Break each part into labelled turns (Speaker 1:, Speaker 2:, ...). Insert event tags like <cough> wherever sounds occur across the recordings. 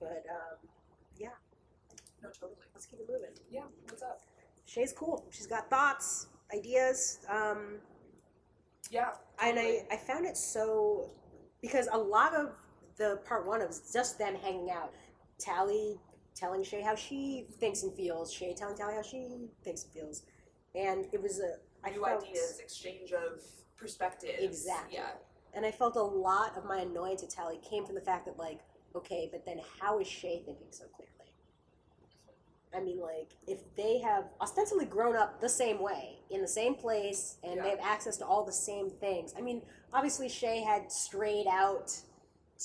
Speaker 1: but um, yeah,
Speaker 2: No, totally.
Speaker 1: let's keep it moving.
Speaker 2: Yeah, what's up?
Speaker 1: Shay's cool. She's got thoughts, ideas. Um,
Speaker 2: Yeah,
Speaker 1: and I, I found it so because a lot of the part one is just them hanging out. Tally telling Shay how she thinks and feels. Shay telling Tally how she thinks and feels. And it was a I
Speaker 2: new
Speaker 1: felt,
Speaker 2: ideas, exchange of perspectives.
Speaker 1: Exactly.
Speaker 2: Yeah.
Speaker 1: And I felt a lot of my annoyance at Tally came from the fact that like, okay, but then how is Shay thinking so clearly? I mean, like, if they have ostensibly grown up the same way, in the same place, and they
Speaker 2: Yeah.
Speaker 1: have access to all the same things. I mean, obviously Shay had strayed out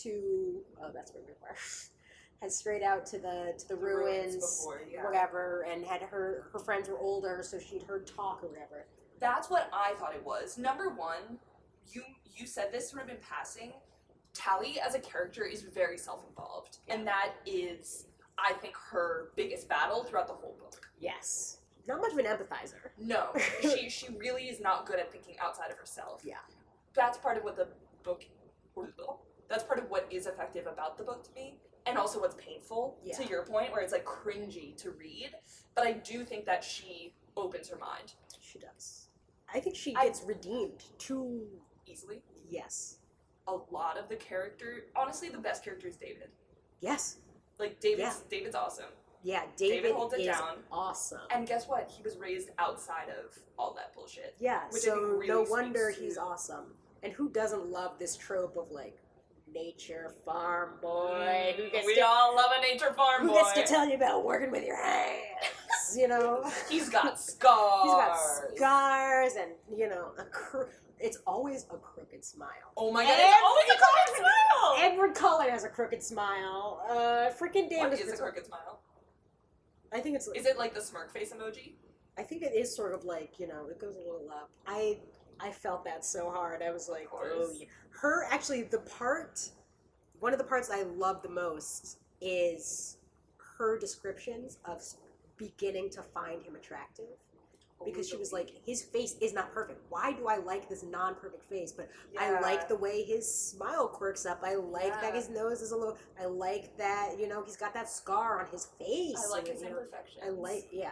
Speaker 1: to oh, that's where we were. <laughs> Had strayed out to the to the,
Speaker 2: The ruins
Speaker 1: ruins,
Speaker 2: before, yeah.
Speaker 1: whatever, and had her her friends were older, so she'd heard talk or whatever.
Speaker 2: That's what I thought it was. Number one, you you said this sort of in passing. Tally as a character is very self-involved, and that is, I think, her biggest battle throughout the whole book.
Speaker 1: Yes, not much of an empathizer. <laughs>
Speaker 2: No, she she really is not good at thinking outside of herself.
Speaker 1: Yeah.
Speaker 2: That's part of what the book that's part of what is effective about the book to me and also what's painful
Speaker 1: Yeah.
Speaker 2: to your point where it's like cringy to read, but I do think that she opens her mind
Speaker 1: She does. I think she
Speaker 2: I-
Speaker 1: gets redeemed too.
Speaker 2: easily.
Speaker 1: Yes.
Speaker 2: A lot of the character, honestly the best character is David.
Speaker 1: Yes.
Speaker 2: Like David's David's awesome.
Speaker 1: Yeah. David,
Speaker 2: David holds it
Speaker 1: is
Speaker 2: down.
Speaker 1: awesome.
Speaker 2: And guess what? He was raised outside of all that bullshit.
Speaker 1: yeah.
Speaker 2: which
Speaker 1: so
Speaker 2: I think really
Speaker 1: no
Speaker 2: speaks
Speaker 1: wonder
Speaker 2: to-
Speaker 1: he's awesome. And who doesn't love this trope of like nature farm boy who gets,
Speaker 2: Mm, we
Speaker 1: to,
Speaker 2: all love a nature farm
Speaker 1: Mm. who
Speaker 2: boy.
Speaker 1: gets to tell you about working with your hands? You know.
Speaker 2: <laughs> He's got scars.
Speaker 1: He's got scars and you know a cro- it's always a crooked smile.
Speaker 2: Oh my god,
Speaker 1: Every-
Speaker 2: it's always a crooked smile!
Speaker 1: Edward Cullen has a crooked smile. Uh, freaking damn.
Speaker 2: what is a crooked smile?
Speaker 1: I think it's.
Speaker 2: Is it like the smirk face emoji?
Speaker 1: I think it is sort of like you know it goes a little up. I I felt that so hard. I was like,
Speaker 2: Of course.
Speaker 1: oh yeah. Her actually the part, one of the parts I love the most is her descriptions of s- beginning to find him attractive because she was like, his face is not perfect. Why do I like this non perfect face? But I like the way his smile quirks up. I like that
Speaker 2: Yeah.
Speaker 1: his nose is a little. I like that you know he's got that scar on his face.
Speaker 2: I like
Speaker 1: and,
Speaker 2: his
Speaker 1: you know,
Speaker 2: imperfections.
Speaker 1: I like, yeah.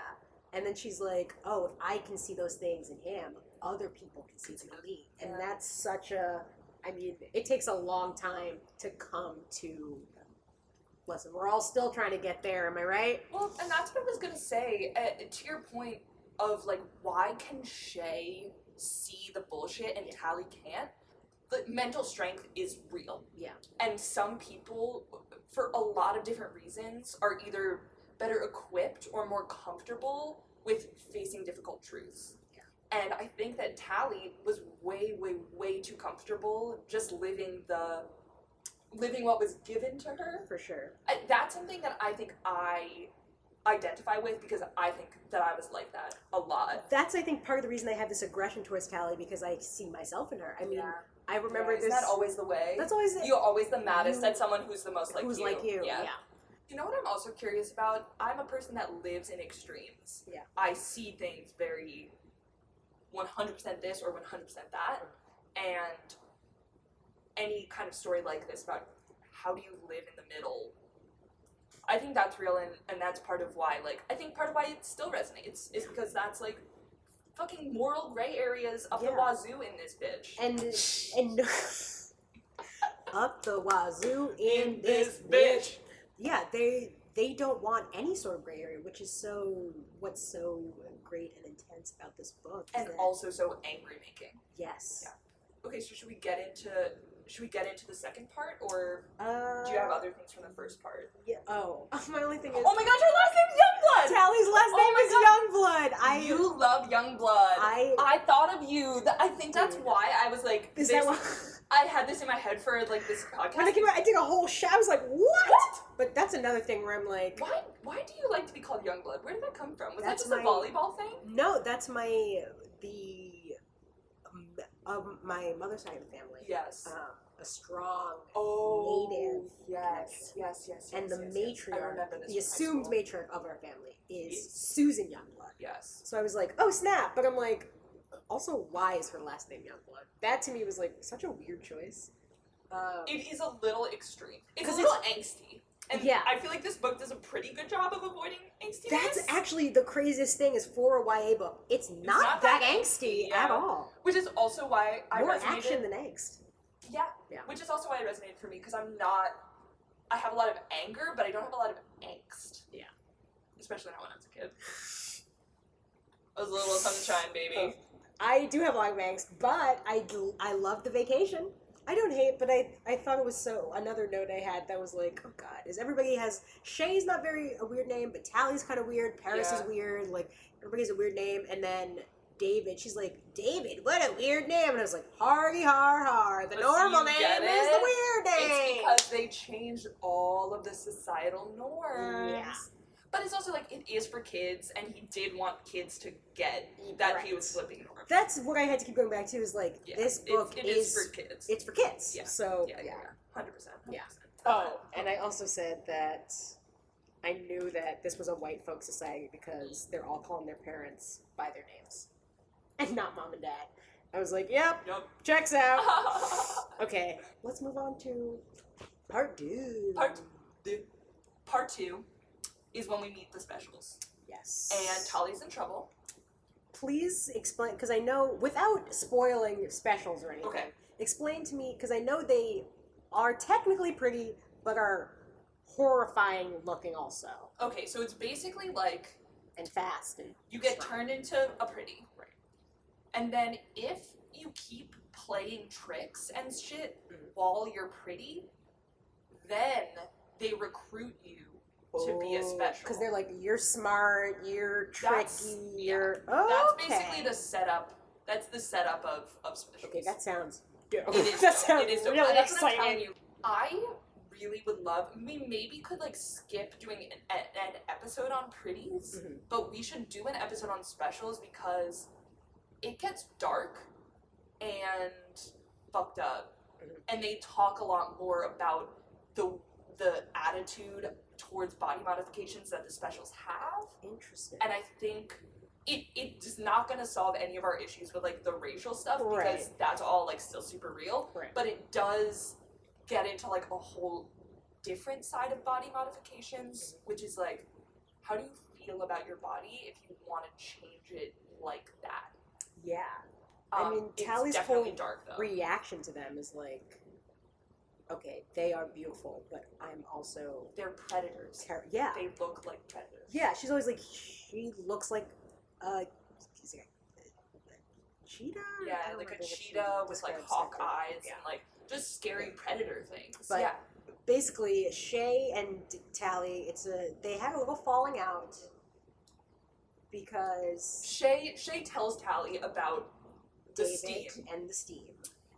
Speaker 1: And then she's like, "Oh, if I can see those things in him, other people can see them in me." And
Speaker 2: Yeah.
Speaker 1: that's such a. I mean, it takes a long time to come to. Listen, we're all still trying to get there. Am I right?
Speaker 2: Well, and that's what I was gonna say. Uh, to your point of like, why can Shay see the bullshit and Tally can't? The mental strength is real.
Speaker 1: Yeah.
Speaker 2: And some people, for a lot of different reasons, are either better equipped or more comfortable with facing difficult truths.
Speaker 1: Yeah.
Speaker 2: And I think that Tally was way, way, way too comfortable just living the living what was given to her.
Speaker 1: For sure.
Speaker 2: I, that's something that I think I identify with because I think that I was like that a lot.
Speaker 1: That's I think part of the reason I have this aggression towards Callie because I see myself in her. I mean, I remember
Speaker 2: Isn't
Speaker 1: this.
Speaker 2: that always the way?
Speaker 1: that's always it.
Speaker 2: You're always the maddest
Speaker 1: You-
Speaker 2: at someone who's the most like
Speaker 1: who's
Speaker 2: you.
Speaker 1: like you?
Speaker 2: Yeah.
Speaker 1: yeah.
Speaker 2: You know what I'm also curious about? I'm a person that lives in extremes.
Speaker 1: Yeah.
Speaker 2: I see things very 100% this or 100% that. And any kind of story like this about how do you live in the middle? I think that's real and, and that's part of why, like, I think part of why it still resonates is because that's like fucking moral gray areas of the
Speaker 1: Yeah.
Speaker 2: wazoo in this bitch.
Speaker 1: and and <laughs> up the wazoo in, Yeah, they they don't want any sort of gray area, which is so what's so great and intense about this book. is
Speaker 2: And
Speaker 1: that-
Speaker 2: also so angry making.
Speaker 1: yes,
Speaker 2: Yeah. Okay, so should we get into should we get into the second part or
Speaker 1: uh,
Speaker 2: do you have other things from the first part?
Speaker 1: yeah, oh, <laughs> my only thing is
Speaker 2: Oh my god, your last name's Youngblood!
Speaker 1: Tally's last
Speaker 2: Oh
Speaker 1: name
Speaker 2: my
Speaker 1: is
Speaker 2: God.
Speaker 1: Youngblood. I
Speaker 2: you love Youngblood.
Speaker 1: I
Speaker 2: I thought of you. Th- I think that's
Speaker 1: Dude.
Speaker 2: why I was like,
Speaker 1: is
Speaker 2: this-
Speaker 1: that why?
Speaker 2: I had this in my head for like this
Speaker 1: When I
Speaker 2: podcast.
Speaker 1: came out, I did a whole show. I was like, what?
Speaker 2: What?
Speaker 1: But that's another thing where I'm like,
Speaker 2: Why? Why do you like to be called Youngblood? Where did that come from? Was
Speaker 1: That's
Speaker 2: that just
Speaker 1: my-
Speaker 2: a volleyball thing?
Speaker 1: no, that's my the um, um, my mother's side of the family.
Speaker 2: Yes.
Speaker 1: um, a strong
Speaker 2: oh,
Speaker 1: native
Speaker 2: Yes, yes, yes, yes.
Speaker 1: and the
Speaker 2: yes, yes. I
Speaker 1: matriarch,
Speaker 2: remember this.
Speaker 1: the
Speaker 2: from high
Speaker 1: assumed
Speaker 2: school.
Speaker 1: matriarch of our family is
Speaker 2: Yes.
Speaker 1: Susan Youngblood.
Speaker 2: Yes.
Speaker 1: So I was like, oh snap! But I'm like, also why is her last name Youngblood? That to me was like such a weird choice. Um,
Speaker 2: It is a little extreme. It's a
Speaker 1: 'Cause
Speaker 2: little angsty. And
Speaker 3: Yeah.
Speaker 2: I feel like this book does a pretty good job of avoiding angstiness.
Speaker 1: That's actually the craziest thing is for a YA book, it's not,
Speaker 2: not
Speaker 1: that,
Speaker 2: that
Speaker 1: angsty
Speaker 2: angsty, yeah.
Speaker 1: at all.
Speaker 2: which is also why I
Speaker 1: More
Speaker 2: resonated.
Speaker 1: action than angst.
Speaker 2: Yeah.
Speaker 1: Yeah.
Speaker 2: Which is also why it resonated for me because I'm not. I have a lot of anger, but I don't have a lot of angst.
Speaker 3: Yeah.
Speaker 2: Especially not when I was a kid. I was a little sunshine
Speaker 1: Oh.
Speaker 2: baby.
Speaker 1: I do have a lot of angst, but I do- I love the vacation. I don't hate, but I I thought it was so. Another note I had that was like, oh god, is everybody has Shay's not very a weird name, but Tally's kind of weird. Paris
Speaker 2: Yeah.
Speaker 1: is weird. Like everybody has a weird name, and then David, she's like David, what a weird name, and I was like, Hardy har har. The
Speaker 2: But see,
Speaker 1: normal
Speaker 2: you
Speaker 1: name
Speaker 2: get
Speaker 1: is the
Speaker 2: it?
Speaker 1: weird
Speaker 2: It's
Speaker 1: name.
Speaker 2: because they changed all of the societal norms.
Speaker 1: Yeah.
Speaker 2: But it's also like it is for kids, and he did want kids to get that he was
Speaker 1: Right.
Speaker 2: flipping over.
Speaker 1: That's what I had to keep going back to is like
Speaker 2: Yeah,
Speaker 1: this
Speaker 2: it's-
Speaker 1: book
Speaker 2: it
Speaker 1: is,
Speaker 2: is, for kids.
Speaker 1: it's for kids.
Speaker 2: Yeah.
Speaker 1: So
Speaker 2: yeah, yeah, hundred percent.
Speaker 1: Yeah. Oh, <laughs> and I also said that I knew that this was a white folk society because they're all calling their parents by their names <laughs> and not mom and dad. I was like, yep,
Speaker 2: Yup.
Speaker 1: checks
Speaker 2: <laughs>
Speaker 1: out. okay, let's move on to part two.
Speaker 2: Part- <laughs> Part two is when we meet the specials,
Speaker 1: Yes.
Speaker 2: and Tolly's in trouble.
Speaker 1: please explain, because I know, without spoiling specials or anything,
Speaker 2: Okay.
Speaker 1: explain to me, because I know they are technically pretty, but are horrifying looking also,
Speaker 2: Okay, so it's basically like
Speaker 1: and fast. And
Speaker 2: you get
Speaker 1: Right.
Speaker 2: turned into a pretty, right? And then if you keep playing tricks and shit
Speaker 1: Mhm.
Speaker 2: while you're pretty, then they recruit you to be a special.
Speaker 1: Oh, Because they're like, you're smart, you're tricky,
Speaker 2: That's- yeah.
Speaker 1: you're oh,
Speaker 2: That's basically the setup. That's the setup of of specials.
Speaker 1: Okay, that sounds dope.
Speaker 2: <laughs> It is
Speaker 1: <laughs> that
Speaker 2: dope.
Speaker 1: sounds
Speaker 2: It is dope.
Speaker 1: really
Speaker 2: But that's what I'm telling
Speaker 1: exciting.
Speaker 2: you. I really would love. We maybe could like skip doing an, an episode on pretties,
Speaker 1: Mhm.
Speaker 2: but we should do an episode on specials because it gets dark and fucked up,
Speaker 1: Mhm.
Speaker 2: and they talk a lot more about the the attitude towards body modifications that the specials have
Speaker 1: Interesting.
Speaker 2: and I think it it is not going to solve any of our issues with like the racial stuff because
Speaker 1: Right.
Speaker 2: that's all like still super real.
Speaker 1: Right.
Speaker 2: But it does get into like a whole different side of body modifications, which is like how do you feel about your body if you want to change it like that? Um,
Speaker 1: yeah, I mean, Tally's
Speaker 2: it's definitely
Speaker 1: whole
Speaker 2: dark though.
Speaker 1: reaction to them is like, okay, they are beautiful, but I'm also
Speaker 2: They're predators.
Speaker 1: ter- yeah,
Speaker 2: They look like predators.
Speaker 1: yeah. She's always like, she looks like uh, she's like a cheetah.
Speaker 2: Yeah,
Speaker 1: I don't
Speaker 2: like a
Speaker 1: remember what she
Speaker 2: cheetah with like
Speaker 1: describes
Speaker 2: hawk
Speaker 1: it.
Speaker 2: eyes
Speaker 1: Yeah.
Speaker 2: and like just scary predator things.
Speaker 1: But-
Speaker 2: yeah.
Speaker 1: basically Shay and Tally, it's a they had a little falling out because
Speaker 2: Shay Shay tells Tally about the
Speaker 1: David
Speaker 2: steam
Speaker 1: and the steam.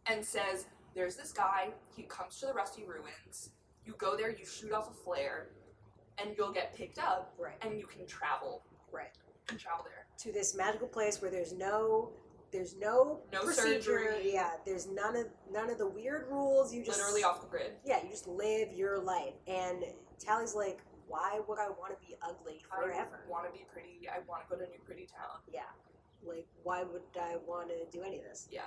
Speaker 2: and says, "There's this guy. He comes to the Rusty Ruins. You go there, you shoot off a flare, and you'll get picked up,
Speaker 1: Right.
Speaker 2: and you can travel.
Speaker 1: Right.
Speaker 2: And travel there.
Speaker 1: To this magical place where there's no there's no,
Speaker 2: No
Speaker 1: procedure.
Speaker 2: surgery.
Speaker 1: Yeah, there's none of none of the weird rules. You just
Speaker 2: Literally off the grid.
Speaker 1: Yeah, you just live your life. And Tally's like, why would I want to be ugly forever?
Speaker 2: I want to be pretty. I want to go to a new pretty town.
Speaker 1: yeah. Like, why would I want to do any of this?
Speaker 2: Yeah.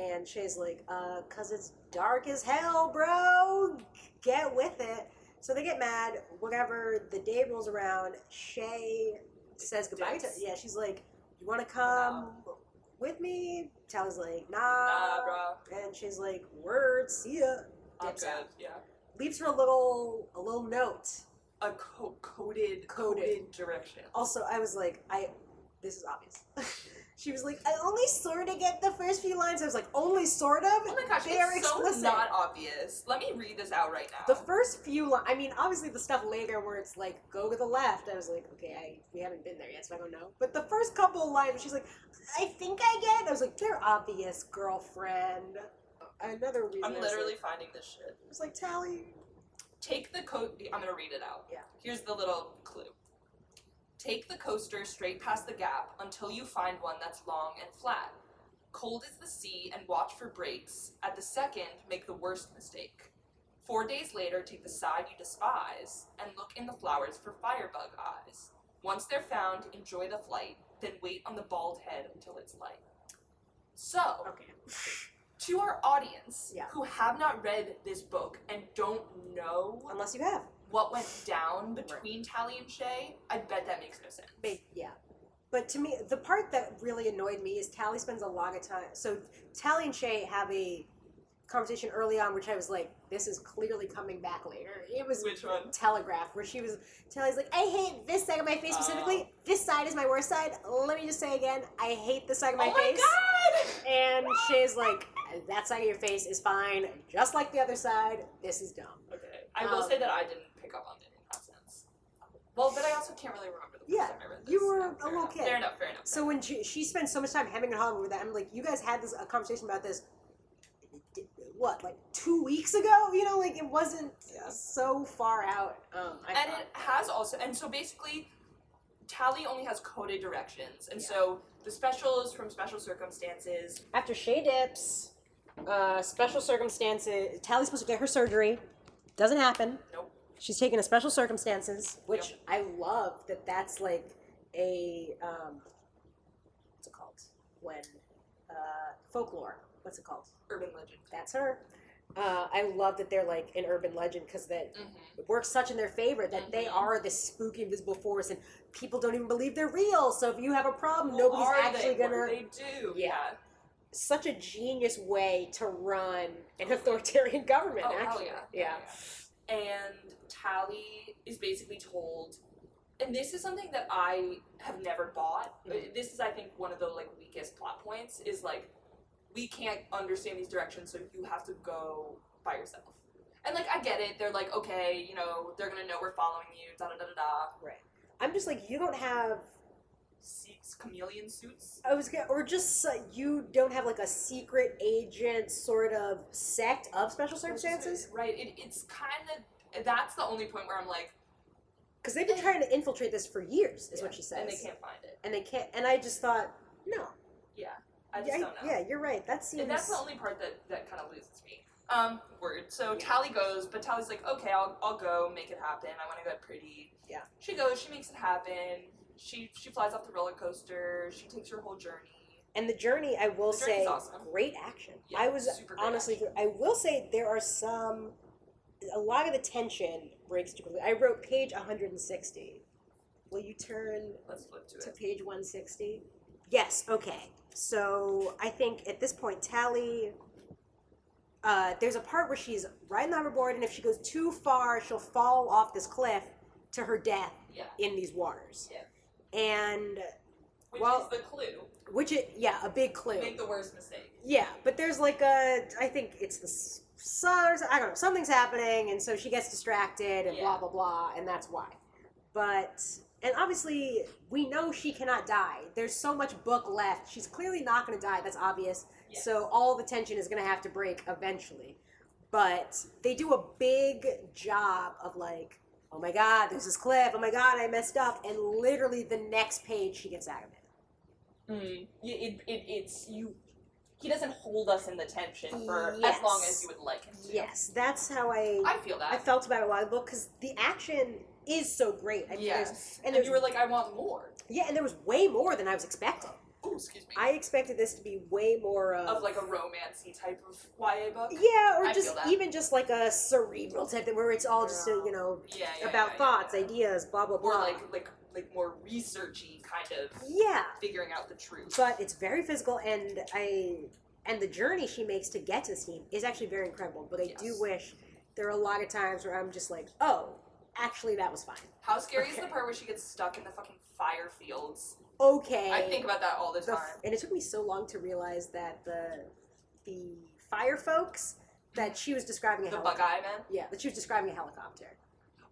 Speaker 1: And Shay's like, uh, cause it's dark as hell, bro. Get with it. So they get mad. Whatever. The day rolls around. Shay says goodbye to.
Speaker 2: Dicks.
Speaker 1: Yeah, she's like, you want to come with me? Tally's like, nah.
Speaker 2: Nah, bro.
Speaker 1: And she's like, word. See ya.
Speaker 2: I'm
Speaker 1: Dips
Speaker 2: good.
Speaker 1: out.
Speaker 2: Yeah.
Speaker 1: Leaves her a little a little note.
Speaker 2: A co- coded,
Speaker 1: Coded.
Speaker 2: coded direction.
Speaker 1: Also, I was like, I. This is obvious. <laughs> she was like, I only sort of get the first few lines. I was like, only sort of.
Speaker 2: Oh my gosh,
Speaker 1: They are
Speaker 2: it's so
Speaker 1: explicit.
Speaker 2: not obvious. Let me read this out right now.
Speaker 1: The first few lines, I mean, obviously the stuff later where it's like, go to the left, I was like, okay, I, we haven't been there yet, so I don't know. But the first couple of lines, she's like, I think I get it. I was like, they're obvious, girlfriend. Another reason.
Speaker 2: I'm
Speaker 1: I was
Speaker 2: literally
Speaker 1: Like,
Speaker 2: finding this shit.
Speaker 1: I was like, Tally.
Speaker 2: Take the coat. I'm gonna read it out.
Speaker 1: Yeah.
Speaker 2: Here's the little clue. Take the coaster straight past the gap until you find one that's long and flat. Cold is the sea and watch for breaks. At the second, make the worst mistake. Four days later, take the side you despise and look in the flowers for firebug eyes. Once they're found, enjoy the flight, then wait on the bald head until it's light. So,
Speaker 1: Okay.
Speaker 2: to our audience
Speaker 1: Yeah.
Speaker 2: who have not read this book and don't know
Speaker 1: Unless you have.
Speaker 2: what went down between Tally and Shay, I bet that makes no sense.
Speaker 1: Ba- yeah. But to me, the part that really annoyed me is Tally spends a lot of time. So Tally and Shay have a conversation early on, which I was like, "This is clearly coming back later." It was
Speaker 2: Which one?
Speaker 1: Telegraph, where she was Tally's like, "I hate this side of my face
Speaker 2: Oh.
Speaker 1: specifically. This side is my worst side. Let me just say again, I hate this side of my
Speaker 2: oh
Speaker 1: face."
Speaker 2: my god!
Speaker 1: And Shay's like, "That side of your face is fine, just like the other side. This is dumb."
Speaker 2: Okay. I will
Speaker 1: Um,
Speaker 2: say that I didn't pick up on it in that sense. Well, but I also can't really remember the first
Speaker 1: Yeah,
Speaker 2: time I read this.
Speaker 1: you were
Speaker 2: so fair
Speaker 1: a little
Speaker 2: enough.
Speaker 1: kid.
Speaker 2: Fair enough, fair enough.
Speaker 1: So when she, she spends so much time hemming and hawing over that, I'm like, you guys had this a conversation about this, what, like two weeks ago? You know, like it wasn't
Speaker 2: Yeah.
Speaker 1: so far out. Um, I
Speaker 2: and
Speaker 1: thought.
Speaker 2: it has also and so basically Tally only has coded directions. And
Speaker 1: Yeah.
Speaker 2: so the special is from special circumstances.
Speaker 1: After Shay dips, uh, special circumstances, Tally's supposed to get her surgery. Doesn't happen.
Speaker 2: Nope.
Speaker 1: She's taken a special circumstances, which
Speaker 2: Yep.
Speaker 1: I love that that's like a, um, what's it called? When, uh, folklore. What's it called?
Speaker 2: Urban legend.
Speaker 1: that's her. Uh, I love that they're like an urban legend because that
Speaker 2: Mm-hmm.
Speaker 1: it works such in their favor that they
Speaker 2: Mhm.
Speaker 1: are this spooky invisible force and people don't even believe they're real. So if you have a problem,
Speaker 2: Who
Speaker 1: nobody's
Speaker 2: are
Speaker 1: actually
Speaker 2: they? What
Speaker 1: gonna.
Speaker 2: do they do.
Speaker 1: Yeah. Such a genius way to run an authoritarian <laughs> government.
Speaker 2: Oh, hell
Speaker 1: actually,
Speaker 2: yeah. yeah. And Tally is basically told, and this is something that I have never bought.
Speaker 1: Mhm.
Speaker 2: This is, I think, one of the like weakest plot points is like, we can't understand these directions, so you have to go by yourself. And like, I get it. They're like, okay, you know, they're gonna know we're following you. Da da da da da.
Speaker 1: I'm just like you don't have.
Speaker 2: Six chameleon suits.
Speaker 1: I was gonna, or just uh, you don't have like a secret agent sort of sect of special circumstances
Speaker 2: Right. It, it's kind of that's the only point where I'm like,
Speaker 1: because they've been trying to infiltrate this for years, is what she says,
Speaker 2: and they can't find it.
Speaker 1: and they can't. And I just thought, no,
Speaker 2: I just
Speaker 1: yeah,
Speaker 2: don't know.
Speaker 1: yeah, you're right. That seems.
Speaker 2: And that's the only part that, that kind of loses me. Um, word. So Tally goes, but Tally's like, okay, I'll, I'll go make it happen. I want to get pretty.
Speaker 1: Yeah.
Speaker 2: She goes, she makes it happen. She she flies off the roller coaster. She takes her whole journey.
Speaker 1: and the journey, I will
Speaker 2: The journey's
Speaker 1: say,
Speaker 2: awesome.
Speaker 1: great action.
Speaker 2: Yeah,
Speaker 1: I was
Speaker 2: super great
Speaker 1: honestly, I will say there are some. A lot of the tension breaks too quickly. I wrote page 160. Will you turn
Speaker 2: Let's flip to
Speaker 1: to
Speaker 2: it.
Speaker 1: page 160? Yes. Okay. So I think at this point, Tally. Uh, there's a part where she's riding the hoverboard, and if she goes too far, she'll fall off this cliff to her death
Speaker 2: Yeah.
Speaker 1: in these waters.
Speaker 2: Yeah.
Speaker 1: And
Speaker 2: Which
Speaker 1: Well-
Speaker 2: is the clue.
Speaker 1: Which it, yeah, a big clue.
Speaker 2: Make the worst mistake.
Speaker 1: Yeah, but there's like a, I think it's the s- sun, or so- I don't know, something's happening, and so she gets distracted and blah
Speaker 2: Yeah.
Speaker 1: blah blah, and that's why. But and obviously we know she cannot die. There's so much book left. She's clearly not going to die. That's obvious.
Speaker 2: Yes.
Speaker 1: So all the tension is going to have to break eventually. But they do a big job of like, oh my god, there's this cliff. Oh my god, I messed up. And literally the next page, she gets out of it.
Speaker 2: Mm. Yeah, It, it, it's you. He doesn't hold us in the tension for
Speaker 1: Yes.
Speaker 2: as long as you would like him to.
Speaker 1: Yes, that's how
Speaker 2: I feel
Speaker 1: I
Speaker 2: that.
Speaker 1: felt about a lot of the book because the action is so great. I mean, there's,
Speaker 2: yes.
Speaker 1: and
Speaker 2: And,
Speaker 1: there's-
Speaker 2: you were like, I want more.
Speaker 1: yeah, and there was way more than I was expecting.
Speaker 2: Oh, excuse me.
Speaker 1: I expected this to be way more of,
Speaker 2: of like a romancy type of YA book.
Speaker 1: yeah, or
Speaker 2: I
Speaker 1: just
Speaker 2: feel that.
Speaker 1: even just like a cerebral type thing where it's all just uh, you know
Speaker 2: Yeah, yeah,
Speaker 1: about
Speaker 2: yeah,
Speaker 1: thoughts,
Speaker 2: yeah, yeah.
Speaker 1: ideas, blah blah
Speaker 2: Or
Speaker 1: blah.
Speaker 2: like like like more researchy kind of
Speaker 1: yeah,
Speaker 2: figuring out the truth.
Speaker 1: but it's very physical, and I and the journey she makes to get to the team is actually very incredible. But I do
Speaker 2: Yes.
Speaker 1: wish there are a lot of times where I'm just like, oh, actually that was fine.
Speaker 2: How scary is the
Speaker 1: Okay.
Speaker 2: part where she gets stuck in the fucking fire fields?
Speaker 1: Okay,
Speaker 2: I think about that all the
Speaker 1: the,
Speaker 2: time.
Speaker 1: and it took me so long to realize that the the fire folks that she was describing a
Speaker 2: The bug
Speaker 1: helicopter.
Speaker 2: eye man.
Speaker 1: Yeah, that she was describing a helicopter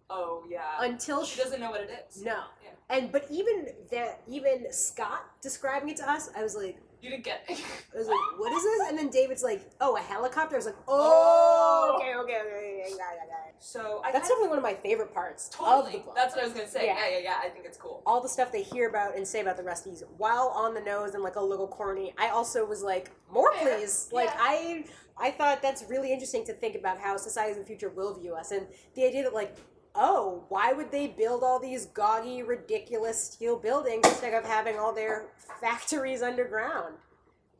Speaker 2: Oh yeah.
Speaker 1: until
Speaker 2: She
Speaker 1: she
Speaker 2: doesn't know what it is.
Speaker 1: no.
Speaker 2: Yeah.
Speaker 1: And but even that, even Scott describing it to us, I was like,
Speaker 2: You didn't get. it.
Speaker 1: I
Speaker 2: <laughs>
Speaker 1: was like, what is this? And then David's like, oh, a helicopter. I was like, oh,
Speaker 2: Oh.
Speaker 1: okay, okay, okay, yeah, yeah, yeah, yeah.
Speaker 2: so I
Speaker 1: That's
Speaker 2: kind
Speaker 1: definitely one of my favorite parts
Speaker 2: of, totally.
Speaker 1: of the book.
Speaker 2: That's what I was gonna say.
Speaker 1: Yeah.
Speaker 2: Yeah. yeah, yeah, I think it's cool.
Speaker 1: all the stuff they hear about and say about the Rusties, while on the nose and like a little corny, I also was like, more
Speaker 2: Fair.
Speaker 1: please. Like
Speaker 2: Yeah.
Speaker 1: I, I thought that's really interesting to think about how society in the future will view us, and the idea that like, oh, why would they build all these gaudy, ridiculous steel buildings instead of having all their factories <laughs> underground?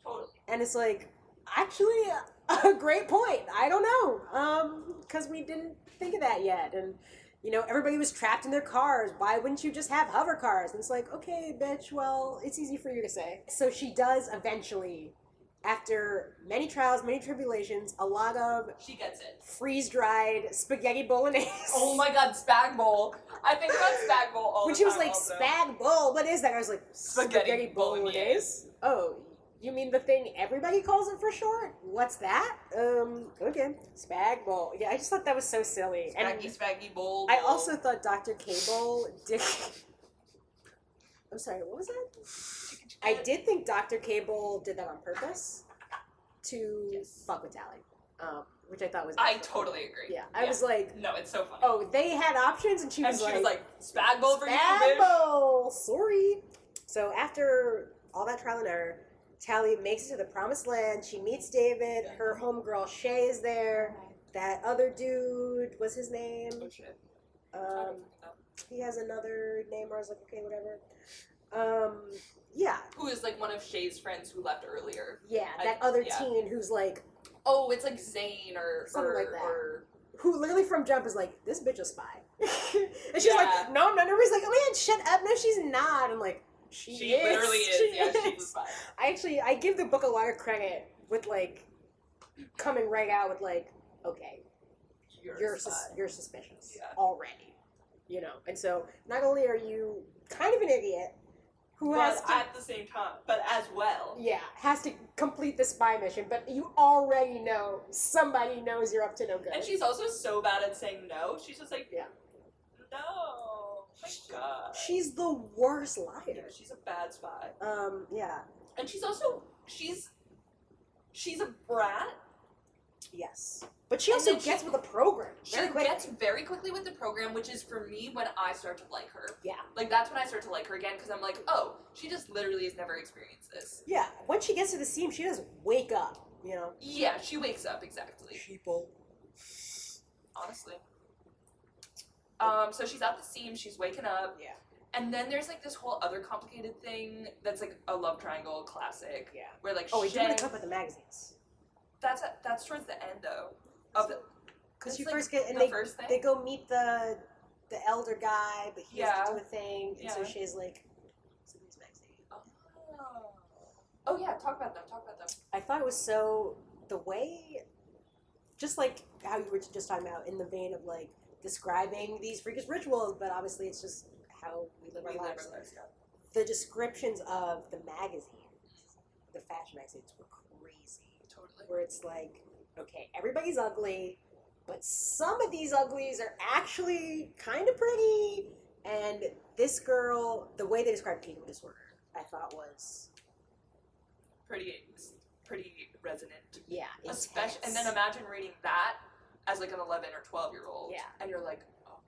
Speaker 2: Totally.
Speaker 1: And it's like, actually, a great point. I don't know, um, because we didn't think of that yet, and you know, everybody was trapped in their cars. Why wouldn't you just have hover cars? And it's like, okay, bitch, well, it's easy for you to say. So she does eventually, after many trials, many tribulations, a lot of
Speaker 2: She gets it.
Speaker 1: freeze dried spaghetti bolognese.
Speaker 2: Oh my god, spag bowl. I think about spag bowl all
Speaker 1: When
Speaker 2: the
Speaker 1: she was
Speaker 2: time
Speaker 1: like,
Speaker 2: also.
Speaker 1: spag bowl, what is that? I was like,
Speaker 2: Spaghetti
Speaker 1: spaghetti,
Speaker 2: bolognese."
Speaker 1: bolognese. Oh, you mean the thing everybody calls it for short? What's that? Um, okay, spag bowl. Yeah, I just thought that was so silly. and
Speaker 2: Spaggy, spaggy bowl.
Speaker 1: I
Speaker 2: bowl.
Speaker 1: also thought Dr. Cable did. <laughs> I'm sorry, what was that? I did think Dr. Cable did that on purpose to
Speaker 2: Yes.
Speaker 1: fuck with Tally, um, which I thought was.
Speaker 2: I
Speaker 1: excellent.
Speaker 2: totally agree.
Speaker 1: Yeah, I was like,
Speaker 2: No, it's so funny.
Speaker 1: oh, they had options, and she
Speaker 2: and
Speaker 1: was
Speaker 2: she
Speaker 1: like,
Speaker 2: was like, spag bowl for you,
Speaker 1: "Bad
Speaker 2: bitch.
Speaker 1: bowl, sorry. So after all that trial and error, Tally makes it to the promised land. She meets David. Her homegirl Shay is there. That other dude, what's his name?
Speaker 2: Oh shit. I
Speaker 1: Um,
Speaker 2: don't fucking know.
Speaker 1: he has another name where I was like, okay, whatever. Um, yeah,
Speaker 2: Who is like one of Shay's friends who left earlier?
Speaker 1: yeah,
Speaker 2: I-
Speaker 1: that other
Speaker 2: yeah.
Speaker 1: teen who's like,
Speaker 2: Oh, it's like Zane or
Speaker 1: Something
Speaker 2: or,
Speaker 1: like that.
Speaker 2: or
Speaker 1: who literally from Jump is like, this bitch is spy, <laughs> and she's
Speaker 2: Yeah.
Speaker 1: like, no, no, no, he's like, oh man, shut up, no, she's not. I'm like, she,
Speaker 2: <laughs> she
Speaker 1: is.
Speaker 2: literally is. yeah, she's a spy.
Speaker 1: I actually, I give the book a lot of credit with like coming right out with like, okay,
Speaker 2: You're,
Speaker 1: you're
Speaker 2: a spy.
Speaker 1: sus- you're suspicious
Speaker 2: Yeah.
Speaker 1: already, you know, and so not only are you kind of an idiot who
Speaker 2: but
Speaker 1: has to
Speaker 2: at the same time, but as well.
Speaker 1: Yeah, has to complete the spy mission, but you already know somebody knows you're up to no good.
Speaker 2: And she's also so bad at saying no. She's just like,
Speaker 1: Yeah.
Speaker 2: no, oh my god.
Speaker 1: she's the worst
Speaker 2: yeah,
Speaker 1: liar.
Speaker 2: she's a bad spy,
Speaker 1: Um, yeah,
Speaker 2: and she's also she's she's a brat.
Speaker 1: yes, but she
Speaker 2: And
Speaker 1: also
Speaker 2: then she-
Speaker 1: gets with the program
Speaker 2: She
Speaker 1: very quick.
Speaker 2: gets very quickly with the program, which is for me when I start to like her.
Speaker 1: yeah,
Speaker 2: Like that's when I start to like her again because I'm like, oh, she just literally has never experienced this.
Speaker 1: yeah. When she gets to the scene, she doesn't wake up. You know,
Speaker 2: Yeah, she wakes up exactly.
Speaker 1: people.
Speaker 2: Honestly. Um, so she's at the seam, she's waking up,
Speaker 1: Yeah,
Speaker 2: and then there's like this whole other complicated thing that's like a love triangle classic.
Speaker 1: yeah.
Speaker 2: Where like
Speaker 1: Oh, we do
Speaker 2: Shay,
Speaker 1: want to talk about the magazines
Speaker 2: that's at, that's towards the end though. Of the,
Speaker 1: because
Speaker 2: it's,
Speaker 1: you
Speaker 2: like,
Speaker 1: first get and
Speaker 2: the
Speaker 1: they
Speaker 2: first thing.
Speaker 1: they go meet the the elder guy, but he has to
Speaker 2: Yeah.
Speaker 1: do a thing, and so
Speaker 2: Yeah.
Speaker 1: she's like, "Something's magazine."
Speaker 2: Oh. Oh, yeah, talk about them. Talk about them.
Speaker 1: I thought it was so the way, just like how you were just talking about in the vein of like describing these freakish rituals, but obviously it's just how we live
Speaker 2: We
Speaker 1: our
Speaker 2: live
Speaker 1: lives.
Speaker 2: our lives, yeah.
Speaker 1: The descriptions of the magazines, the fashion magazines, were crazy.
Speaker 2: Totally.
Speaker 1: Where it's like, okay, everybody's ugly, but some of these uglies are actually kind of pretty. And this girl, the way they described eating disorder, I thought was
Speaker 2: Pretty, pretty resonant.
Speaker 1: yeah,
Speaker 2: Especially, and then
Speaker 1: intense.
Speaker 2: imagine reading that as like an 11 or 12 year old.
Speaker 1: Yeah.
Speaker 2: And you're like, oh,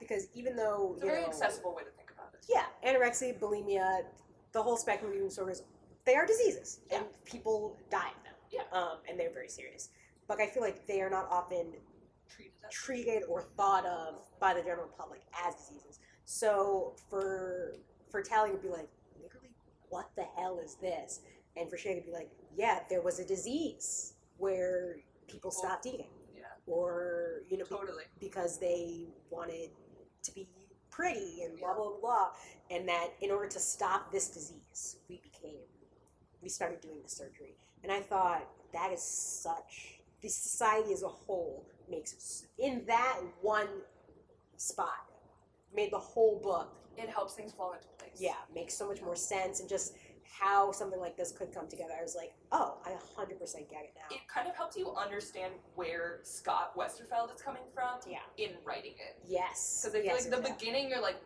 Speaker 1: because even though
Speaker 2: it's a
Speaker 1: you
Speaker 2: very
Speaker 1: know,
Speaker 2: accessible way to think about it.
Speaker 1: yeah, anorexia, bulimia, the whole spectrum of eating disorders, they are diseases, and people die of them.
Speaker 2: Yeah.
Speaker 1: um, and they're very serious. But I feel like they are not often
Speaker 2: Treat it as
Speaker 1: treated or thought of by the general public as diseases. So for for Tally would be like, literally, what the hell is this? And for Shay to be like, yeah, there was a disease where people stopped eating,
Speaker 2: Yeah.
Speaker 1: or you know,
Speaker 2: Totally.
Speaker 1: because they wanted to be pretty and blah
Speaker 2: Yeah.
Speaker 1: blah blah and that in order to stop this disease we became we started doing the surgery and i thought that is such the society as a whole makes s- in that one spot made the whole book
Speaker 2: It helps things fall into place.
Speaker 1: yeah make so much more sense and just how something like this could come together i was like oh i 100% get it now
Speaker 2: It kind of helps you understand where Scott Westerfeld is coming from
Speaker 1: yeah
Speaker 2: in writing it.
Speaker 1: yes
Speaker 2: Because I feel
Speaker 1: yes,
Speaker 2: like the
Speaker 1: yes,
Speaker 2: beginning, you're like,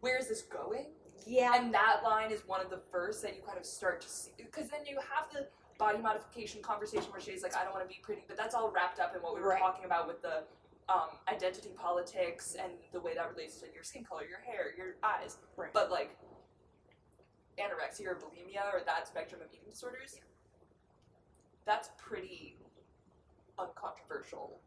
Speaker 2: where is this going?
Speaker 1: yeah
Speaker 2: And that line is one of the first that you kind of start to see. Because then you have the body modification conversation where she's like, I don't want to be pretty, but that's all wrapped up in what we were
Speaker 1: Right.
Speaker 2: talking about with the um, identity politics and the way that relates to your skin color, your hair, your eyes.
Speaker 1: Right.
Speaker 2: But like anorexia or bulimia or that spectrum of eating disorders, that's pretty uncontroversial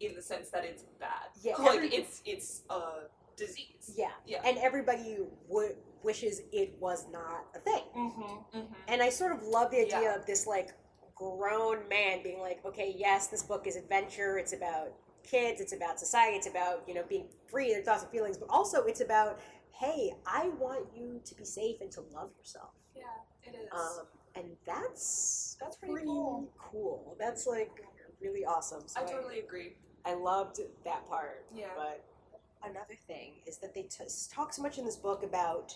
Speaker 2: in the sense that it's bad.
Speaker 1: Yeah,
Speaker 2: like
Speaker 1: every-
Speaker 2: it's it's a disease.
Speaker 1: Yeah.
Speaker 2: Yeah.
Speaker 1: And everybody w- wishes it was not a thing.
Speaker 2: Mm-hmm. Mm-hmm.
Speaker 1: And I sort of love the idea
Speaker 2: Yeah.
Speaker 1: of this like grown man being like, okay, yes, this book is adventure. It's about kids, it's about society, it's about, you know, being free in their thoughts and feelings, but also it's about, hey, I want you to be safe and to love yourself.
Speaker 2: Yeah, it is.
Speaker 1: Um, and that's
Speaker 2: That's pretty
Speaker 1: pretty,
Speaker 2: cool.
Speaker 1: cool. That's like really awesome. So
Speaker 2: I totally agree.
Speaker 1: I loved that part.
Speaker 2: Yeah.
Speaker 1: But another thing is that they t- talk so much in this book about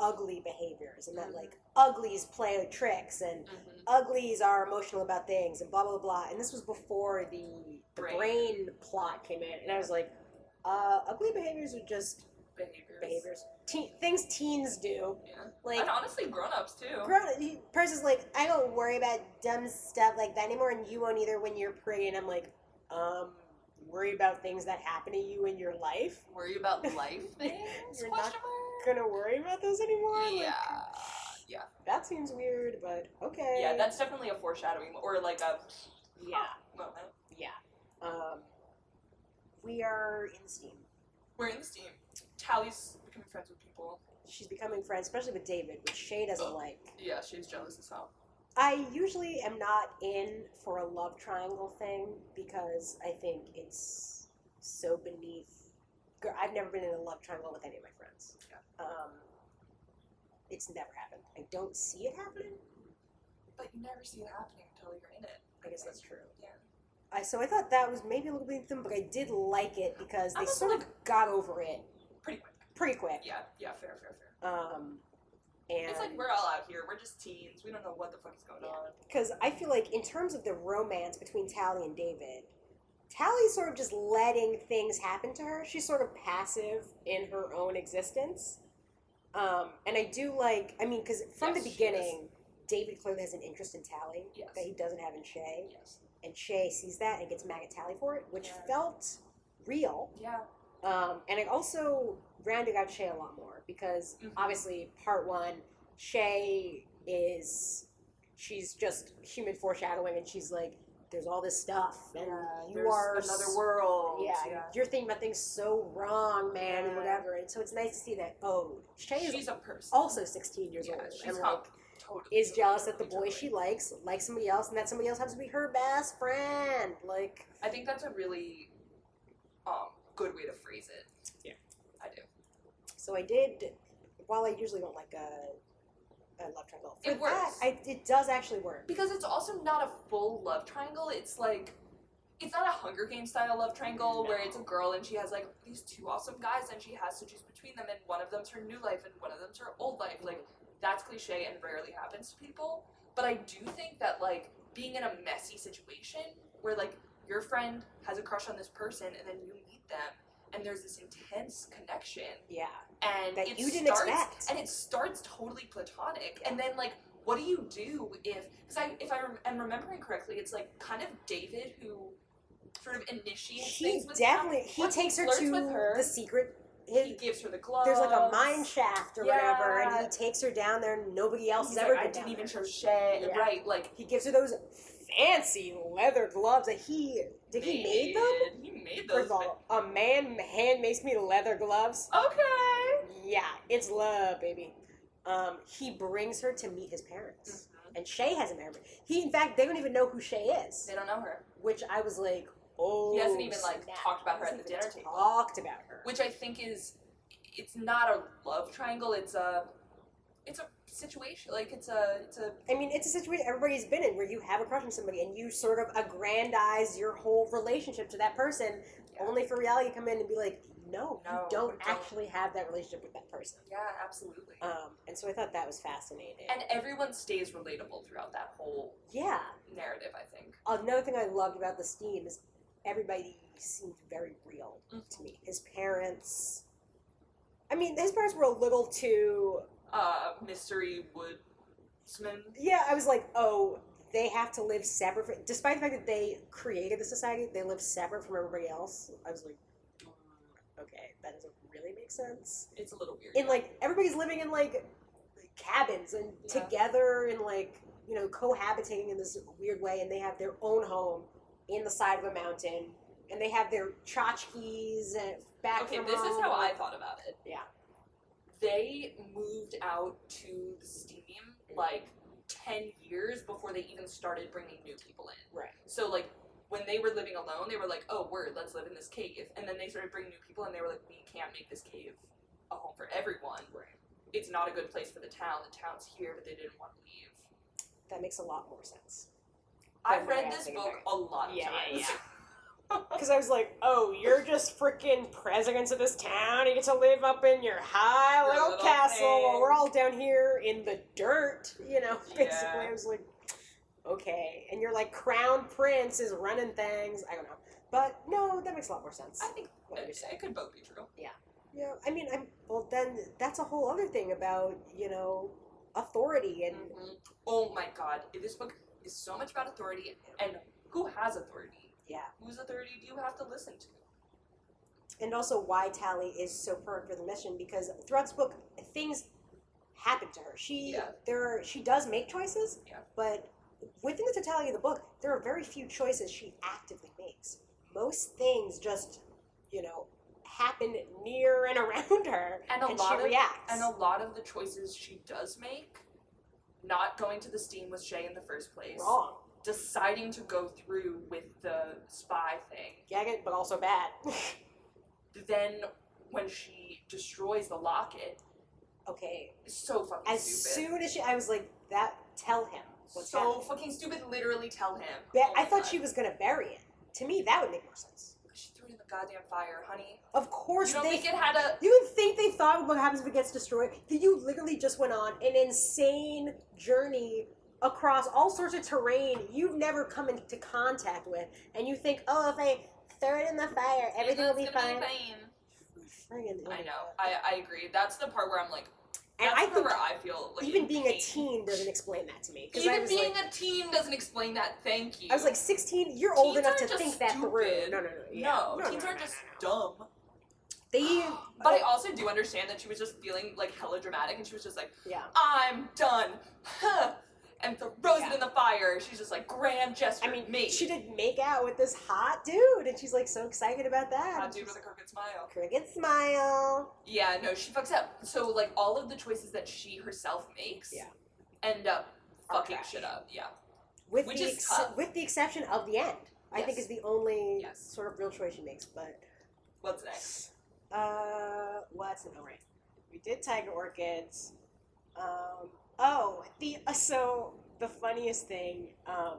Speaker 1: ugly behaviors and that
Speaker 2: Mhm.
Speaker 1: like uglies play tricks and
Speaker 2: Mhm.
Speaker 1: uglies are emotional about things and blah blah blah. And this was before the, the
Speaker 2: Brain.
Speaker 1: brain. plot came in, and I was like, uh, ugly behaviors are just
Speaker 2: Behaviors.
Speaker 1: behaviors, Teen things teens do.
Speaker 2: Yeah.
Speaker 1: Like
Speaker 2: and honestly, grown-ups too.
Speaker 1: grown he- person's like, I don't worry about dumb stuff like that anymore, and you won't either when you're pretty. And I'm like, um, worry about things that happen to you in your life.
Speaker 2: Worry
Speaker 1: <laughs>
Speaker 2: about life things?
Speaker 1: You're
Speaker 2: question mark?
Speaker 1: Gonna worry about those anymore? Like,
Speaker 2: Yeah. Yeah.
Speaker 1: that seems weird, but okay.
Speaker 2: Yeah, that's definitely a foreshadowing or like a
Speaker 1: yeah,
Speaker 2: moment.
Speaker 1: yeah. Um, we are in steam.
Speaker 2: We're in this team. Tally's becoming friends with people.
Speaker 1: she's becoming friends, especially with David, which Shay doesn't
Speaker 2: Oh.
Speaker 1: like.
Speaker 2: Yeah, she's jealous as hell.
Speaker 1: I usually am not in for a love triangle thing because I think it's so beneath. Girl, I've never been in a love triangle with any of my friends. Um, it's never happened. I don't see it happening.
Speaker 2: But you never see it happening until you're in it.
Speaker 1: I guess that's true.
Speaker 2: Yeah.
Speaker 1: I, so I thought that was maybe a little bit them, but I did like it because
Speaker 2: I'm
Speaker 1: they
Speaker 2: also
Speaker 1: sort of got over it
Speaker 2: Pretty quick.
Speaker 1: pretty quick.
Speaker 2: Yeah, yeah, fair, fair, fair.
Speaker 1: Um, and
Speaker 2: It's like we're all out here. We're just teens. We don't know what the fuck is going
Speaker 1: Yeah.
Speaker 2: on.
Speaker 1: because I feel like in terms of the romance between Tally and David, Tally's sort of just letting things happen to her. She's sort of passive in her own existence. Um, and I do like, I mean, because from
Speaker 2: Yes,
Speaker 1: the
Speaker 2: she
Speaker 1: beginning, David clearly has an interest in Tally
Speaker 2: Yes.
Speaker 1: that he doesn't have in Shay,
Speaker 2: Yes.
Speaker 1: and Shay sees that and gets mad at Tally for it, which
Speaker 2: Yeah.
Speaker 1: felt real.
Speaker 2: Yeah.
Speaker 1: Um, and it also rounded out Shay a lot more because
Speaker 2: Mhm.
Speaker 1: obviously part one, Shay is she's just human foreshadowing and she's like, There's all this stuff and you
Speaker 2: There's
Speaker 1: are
Speaker 2: another world.
Speaker 1: Yeah, you're thinking about things so wrong, man,
Speaker 2: Yeah.
Speaker 1: and whatever. And so it's nice to see that oh Shay is
Speaker 2: She's a person.
Speaker 1: also sixteen years
Speaker 2: yeah,
Speaker 1: old
Speaker 2: she's
Speaker 1: and
Speaker 2: com-
Speaker 1: like
Speaker 2: totally,
Speaker 1: is jealous that
Speaker 2: totally,
Speaker 1: the boy she
Speaker 2: totally.
Speaker 1: likes likes somebody else and that somebody else happens to be her best friend. Like
Speaker 2: I think that's a really um, good way to phrase it.
Speaker 1: Yeah.
Speaker 2: I do.
Speaker 1: So I did. While I usually don't like a, a love triangle, for
Speaker 2: It works.
Speaker 1: That, I, it does actually work.
Speaker 2: Because it's also not a full love triangle. It's like, it's not a Hunger Games style love triangle where it's a girl and she has like these two awesome guys and she has to choose between them and one of them's her new life and one of them's her old life. Like, that's cliche and rarely happens to people. But I do think that like being in a messy situation where like your friend has a crush on this person and then you meet them and there's this intense connection
Speaker 1: Yeah,
Speaker 2: and
Speaker 1: that
Speaker 2: it
Speaker 1: you didn't
Speaker 2: starts,
Speaker 1: expect.
Speaker 2: and it starts totally platonic and then like what do you do if because i if i rem- am remembering correctly it's like kind of david who sort of initiates
Speaker 1: he
Speaker 2: things with
Speaker 1: definitely
Speaker 2: Sally.
Speaker 1: he
Speaker 2: Once
Speaker 1: takes her
Speaker 2: flirts
Speaker 1: to
Speaker 2: with her
Speaker 1: the secret.
Speaker 2: he
Speaker 1: His,
Speaker 2: gives her the glove
Speaker 1: there's like a mine shaft or whatever,
Speaker 2: Yeah.
Speaker 1: and he takes her down there. and Nobody else
Speaker 2: He's
Speaker 1: has ever
Speaker 2: like, i
Speaker 1: been
Speaker 2: didn't
Speaker 1: down
Speaker 2: even
Speaker 1: there.
Speaker 2: show shit
Speaker 1: Yeah.
Speaker 2: right like
Speaker 1: He gives her those fancy leather gloves that he did. He made them.
Speaker 2: he made those
Speaker 1: First of all, a man hand makes me leather gloves.
Speaker 2: okay
Speaker 1: Yeah, it's love, baby. Um, he brings her to meet his parents,
Speaker 2: Mm-hmm.
Speaker 1: and Shay hasn't met her. He, in fact, they don't even know who Shay is,
Speaker 2: they don't know her
Speaker 1: which I was like, oh,
Speaker 2: He hasn't even, like,
Speaker 1: snap.
Speaker 2: talked about her
Speaker 1: He
Speaker 2: at
Speaker 1: hasn't
Speaker 2: the
Speaker 1: even
Speaker 2: dinner table.
Speaker 1: Talked about her.
Speaker 2: which i think is it's not a love triangle it's a it's a situation like it's a it's a
Speaker 1: I mean, it's a situation everybody's been in where you have a crush on somebody and you sort of aggrandize your whole relationship to that person,
Speaker 2: Yeah.
Speaker 1: only for reality to come in and be like, no, you
Speaker 2: No,
Speaker 1: don't
Speaker 2: don't.
Speaker 1: actually have that relationship with that person.
Speaker 2: Yeah, absolutely.
Speaker 1: Um, and so I thought that was fascinating.
Speaker 2: and everyone stays relatable throughout that whole
Speaker 1: yeah.
Speaker 2: narrative, I think.
Speaker 1: another thing I loved about this theme is everybody seemed very real to me. His parents. I mean, his parents were a little too.
Speaker 2: Uh, Mystery Woodsman.
Speaker 1: Yeah, I was like, oh, they have to live separate. From, despite the fact that they created the society, they live separate from everybody else. I was like, mm, okay, that doesn't really make sense.
Speaker 2: It's a little weird.
Speaker 1: And like, everybody's living in like cabins and
Speaker 2: Yeah.
Speaker 1: together and like, you know, cohabitating in this weird way, and they have their own home in the side of a mountain, and they have their tchotchkes and back
Speaker 2: okay,
Speaker 1: from
Speaker 2: this is
Speaker 1: home.
Speaker 2: how I thought about it.
Speaker 1: Yeah.
Speaker 2: They moved out to the Steam like 10 years before they even started bringing new people in.
Speaker 1: Right.
Speaker 2: So, like, when they were living alone, they were like, "Oh, word, let's live in this cave." And then they started bringing new people, and they were like, "We can't make this cave a home for everyone.
Speaker 3: Right.
Speaker 2: It's not a good place for the town. The town's here, but they didn't want to leave."
Speaker 1: That makes a lot more sense. <laughs>
Speaker 2: I've
Speaker 3: Then
Speaker 2: read
Speaker 3: we're
Speaker 2: this
Speaker 3: asking
Speaker 2: book
Speaker 3: about-
Speaker 2: a lot of
Speaker 3: Yeah, yeah,
Speaker 2: times.
Speaker 3: yeah.
Speaker 1: Because I was like, oh, you're just freaking presidents of this town. You get to live up in your high
Speaker 2: Your
Speaker 1: little,
Speaker 2: little
Speaker 1: castle while we're
Speaker 2: thing.
Speaker 1: all down here in the dirt. You know, basically.
Speaker 2: Yeah.
Speaker 1: I was like, okay. And you're like, crown prince is running things. I don't know. But no, that makes a lot more sense.
Speaker 2: I think
Speaker 1: What you're
Speaker 2: it,
Speaker 1: saying.
Speaker 2: it could both be true.
Speaker 1: Yeah, I mean, I'm, well, then that's a whole other thing about, you know, authority and
Speaker 2: Mhm. Oh my god, this book is so much about authority and who has authority.
Speaker 1: Yeah.
Speaker 2: Whose authority do you have to listen to?
Speaker 1: and also why Tally is so perfect for the mission because throughout this book things happen to her. She
Speaker 2: Yeah.
Speaker 1: there are, she does make choices,
Speaker 2: Yeah.
Speaker 1: but within the totality of the book, there are very few choices she actively makes. Most things just you know happen near and around <laughs> her,
Speaker 2: And a lot
Speaker 1: she
Speaker 2: of
Speaker 1: reacts.
Speaker 2: and a lot of the choices she does make, not going to the steam with Shay in the first place,
Speaker 1: wrong,
Speaker 2: deciding to go through with the spy thing,
Speaker 1: gagged, but also bad. <laughs>
Speaker 2: then when she destroys the locket,
Speaker 1: okay,
Speaker 2: it's so fucking
Speaker 1: as
Speaker 2: stupid.
Speaker 1: soon as she, I was like, that tell him what's
Speaker 2: so
Speaker 1: happening.
Speaker 2: fucking stupid. Literally tell him.
Speaker 1: Ba-
Speaker 2: Oh
Speaker 1: I
Speaker 2: my
Speaker 1: thought
Speaker 2: God.
Speaker 1: she was gonna bury it. To me, that would make more sense.
Speaker 2: she threw it in the goddamn fire, honey.
Speaker 1: Of course,
Speaker 2: You don't
Speaker 1: they
Speaker 2: think it had a
Speaker 1: You would think they thought of what happens if it gets destroyed. That you literally just went on an insane journey across all sorts of terrain you've never come into contact with, and you think, oh, if I throw it in the fire, everything will be
Speaker 2: It's gonna
Speaker 1: fine. Friggin'
Speaker 2: I know.
Speaker 1: idiot.
Speaker 2: I, I agree. That's the part where I'm like,
Speaker 1: And
Speaker 2: that's
Speaker 1: I
Speaker 2: the
Speaker 1: think
Speaker 2: part where I feel like
Speaker 1: even
Speaker 2: in
Speaker 1: being a
Speaker 2: pain.
Speaker 1: teen doesn't explain that to me. Because I
Speaker 2: Even
Speaker 1: was
Speaker 2: being
Speaker 1: like,
Speaker 2: a teen doesn't explain that. Thank you.
Speaker 1: I was like 16. You're old
Speaker 2: Teens
Speaker 1: enough to
Speaker 2: aren't just
Speaker 1: think that through.
Speaker 2: stupid.
Speaker 1: No, no, no. yeah.
Speaker 2: no,
Speaker 1: no,
Speaker 2: teens
Speaker 1: no,
Speaker 2: are
Speaker 1: no,
Speaker 2: just
Speaker 1: no, no.
Speaker 2: dumb.
Speaker 1: They,
Speaker 2: But I also do understand that she was just feeling like hella dramatic, and she was just like,
Speaker 1: yeah.
Speaker 2: "I'm done," huh, and throws
Speaker 1: Yeah.
Speaker 2: it in the fire. She's just like grand gesture.
Speaker 1: I mean,
Speaker 2: me.
Speaker 1: she did make out with this hot dude, and she's like so excited about that.
Speaker 2: Hot
Speaker 1: And
Speaker 2: dude
Speaker 1: she's
Speaker 2: with a crooked smile.
Speaker 1: Cricket smile.
Speaker 2: Yeah, no, she fucks up. So like all of the choices that she herself makes
Speaker 1: Yeah.
Speaker 2: end up
Speaker 1: Are
Speaker 2: fucking
Speaker 1: trash.
Speaker 2: shit up. Yeah.
Speaker 1: With
Speaker 2: Which
Speaker 1: the
Speaker 2: is
Speaker 1: ex-
Speaker 2: tough.
Speaker 1: with the exception of the end, I think
Speaker 2: Yes.
Speaker 1: is the only
Speaker 2: Yes.
Speaker 1: sort of real choice she makes. But
Speaker 2: What's next?
Speaker 1: uh, what's an oh right? We did tiger orchids. Um, oh, the uh, so the funniest thing um,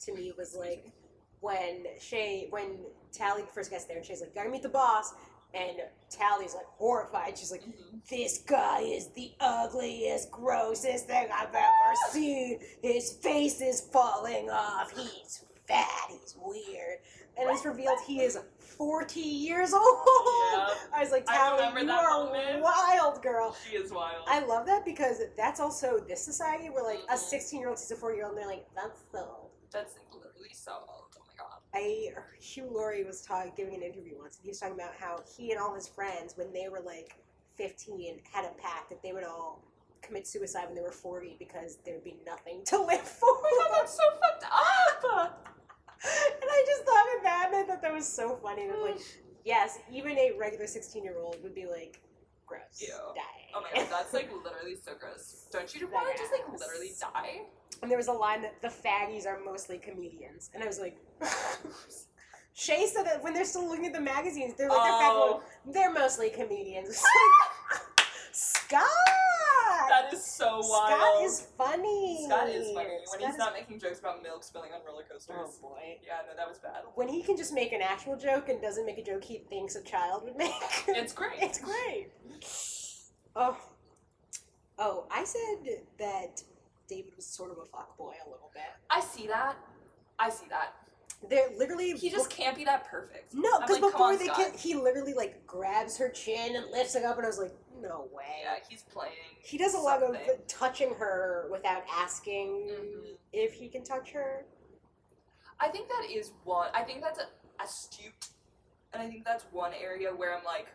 Speaker 1: to me was
Speaker 2: Excuse
Speaker 1: like when Shay when Tally first gets there and Shay's like, "Gotta meet the boss," and Tally's like horrified. She's like.
Speaker 2: Mhm.
Speaker 1: This guy is the ugliest, grossest thing I've ever seen. His face is falling off. He's fat. He's weird. And it's revealed he is 40 years <laughs> old. I was like,
Speaker 2: I
Speaker 1: Tally,
Speaker 2: remember
Speaker 1: you
Speaker 2: that
Speaker 1: are
Speaker 2: moment."
Speaker 1: wild, girl.
Speaker 2: She is wild.
Speaker 1: I love that because that's also this society where, like, a
Speaker 2: Mhm.
Speaker 1: 16 year old sees a 40 year old and they're like, that's so.
Speaker 2: That's literally so old. Oh my god.
Speaker 1: I Hugh Laurie was talking giving an interview once, and he was talking about how he and all his friends, when they were like fifteen, had a pact that they would all commit suicide when they were forty because there'd be nothing to live <laughs> for.
Speaker 2: That's so fucked
Speaker 1: <laughs>
Speaker 2: up.
Speaker 1: and I just thought of that, and I thought that was so funny. And I'm like,
Speaker 2: <sighs>
Speaker 1: yes, even a regular sixteen-year-old would be like, gross,
Speaker 2: Ew.
Speaker 1: die.
Speaker 2: Oh my god, that's like literally so gross. Don't you want to just like literally die?
Speaker 1: And there was a line that the faggies are mostly comedians, and I was like. <laughs> Shay said that when they're still looking at the magazines, they're like, they're fat
Speaker 2: Oh,
Speaker 1: They're mostly comedians. <laughs> Scott!
Speaker 2: that is so wild.
Speaker 1: Scott is funny.
Speaker 2: Scott is funny when
Speaker 1: Scott
Speaker 2: he's
Speaker 1: is-
Speaker 2: not making jokes about milk spilling on roller coasters.
Speaker 1: Oh boy.
Speaker 2: Yeah, no, that was bad.
Speaker 1: <laughs> When he can just make an actual joke and doesn't make a joke he thinks a child would make.
Speaker 2: It's great.
Speaker 1: <laughs> it's great. Oh. Oh, I said that David was sort of a fuckboy a little bit.
Speaker 2: I see that. I see that.
Speaker 1: They're literally
Speaker 2: He just can't be that perfect.
Speaker 1: No,
Speaker 2: I'm
Speaker 1: because
Speaker 2: like, come
Speaker 1: before
Speaker 2: on,
Speaker 1: they
Speaker 2: Scott.
Speaker 1: can he literally like grabs her chin and lifts it up and I was like, no way.
Speaker 2: Yeah, he's playing.
Speaker 1: He does a lot of
Speaker 2: something.
Speaker 1: touching her without asking
Speaker 2: Mhm.
Speaker 1: if he can touch her.
Speaker 2: I think that is one. I think that's a, astute, and I think that's one area where I'm like,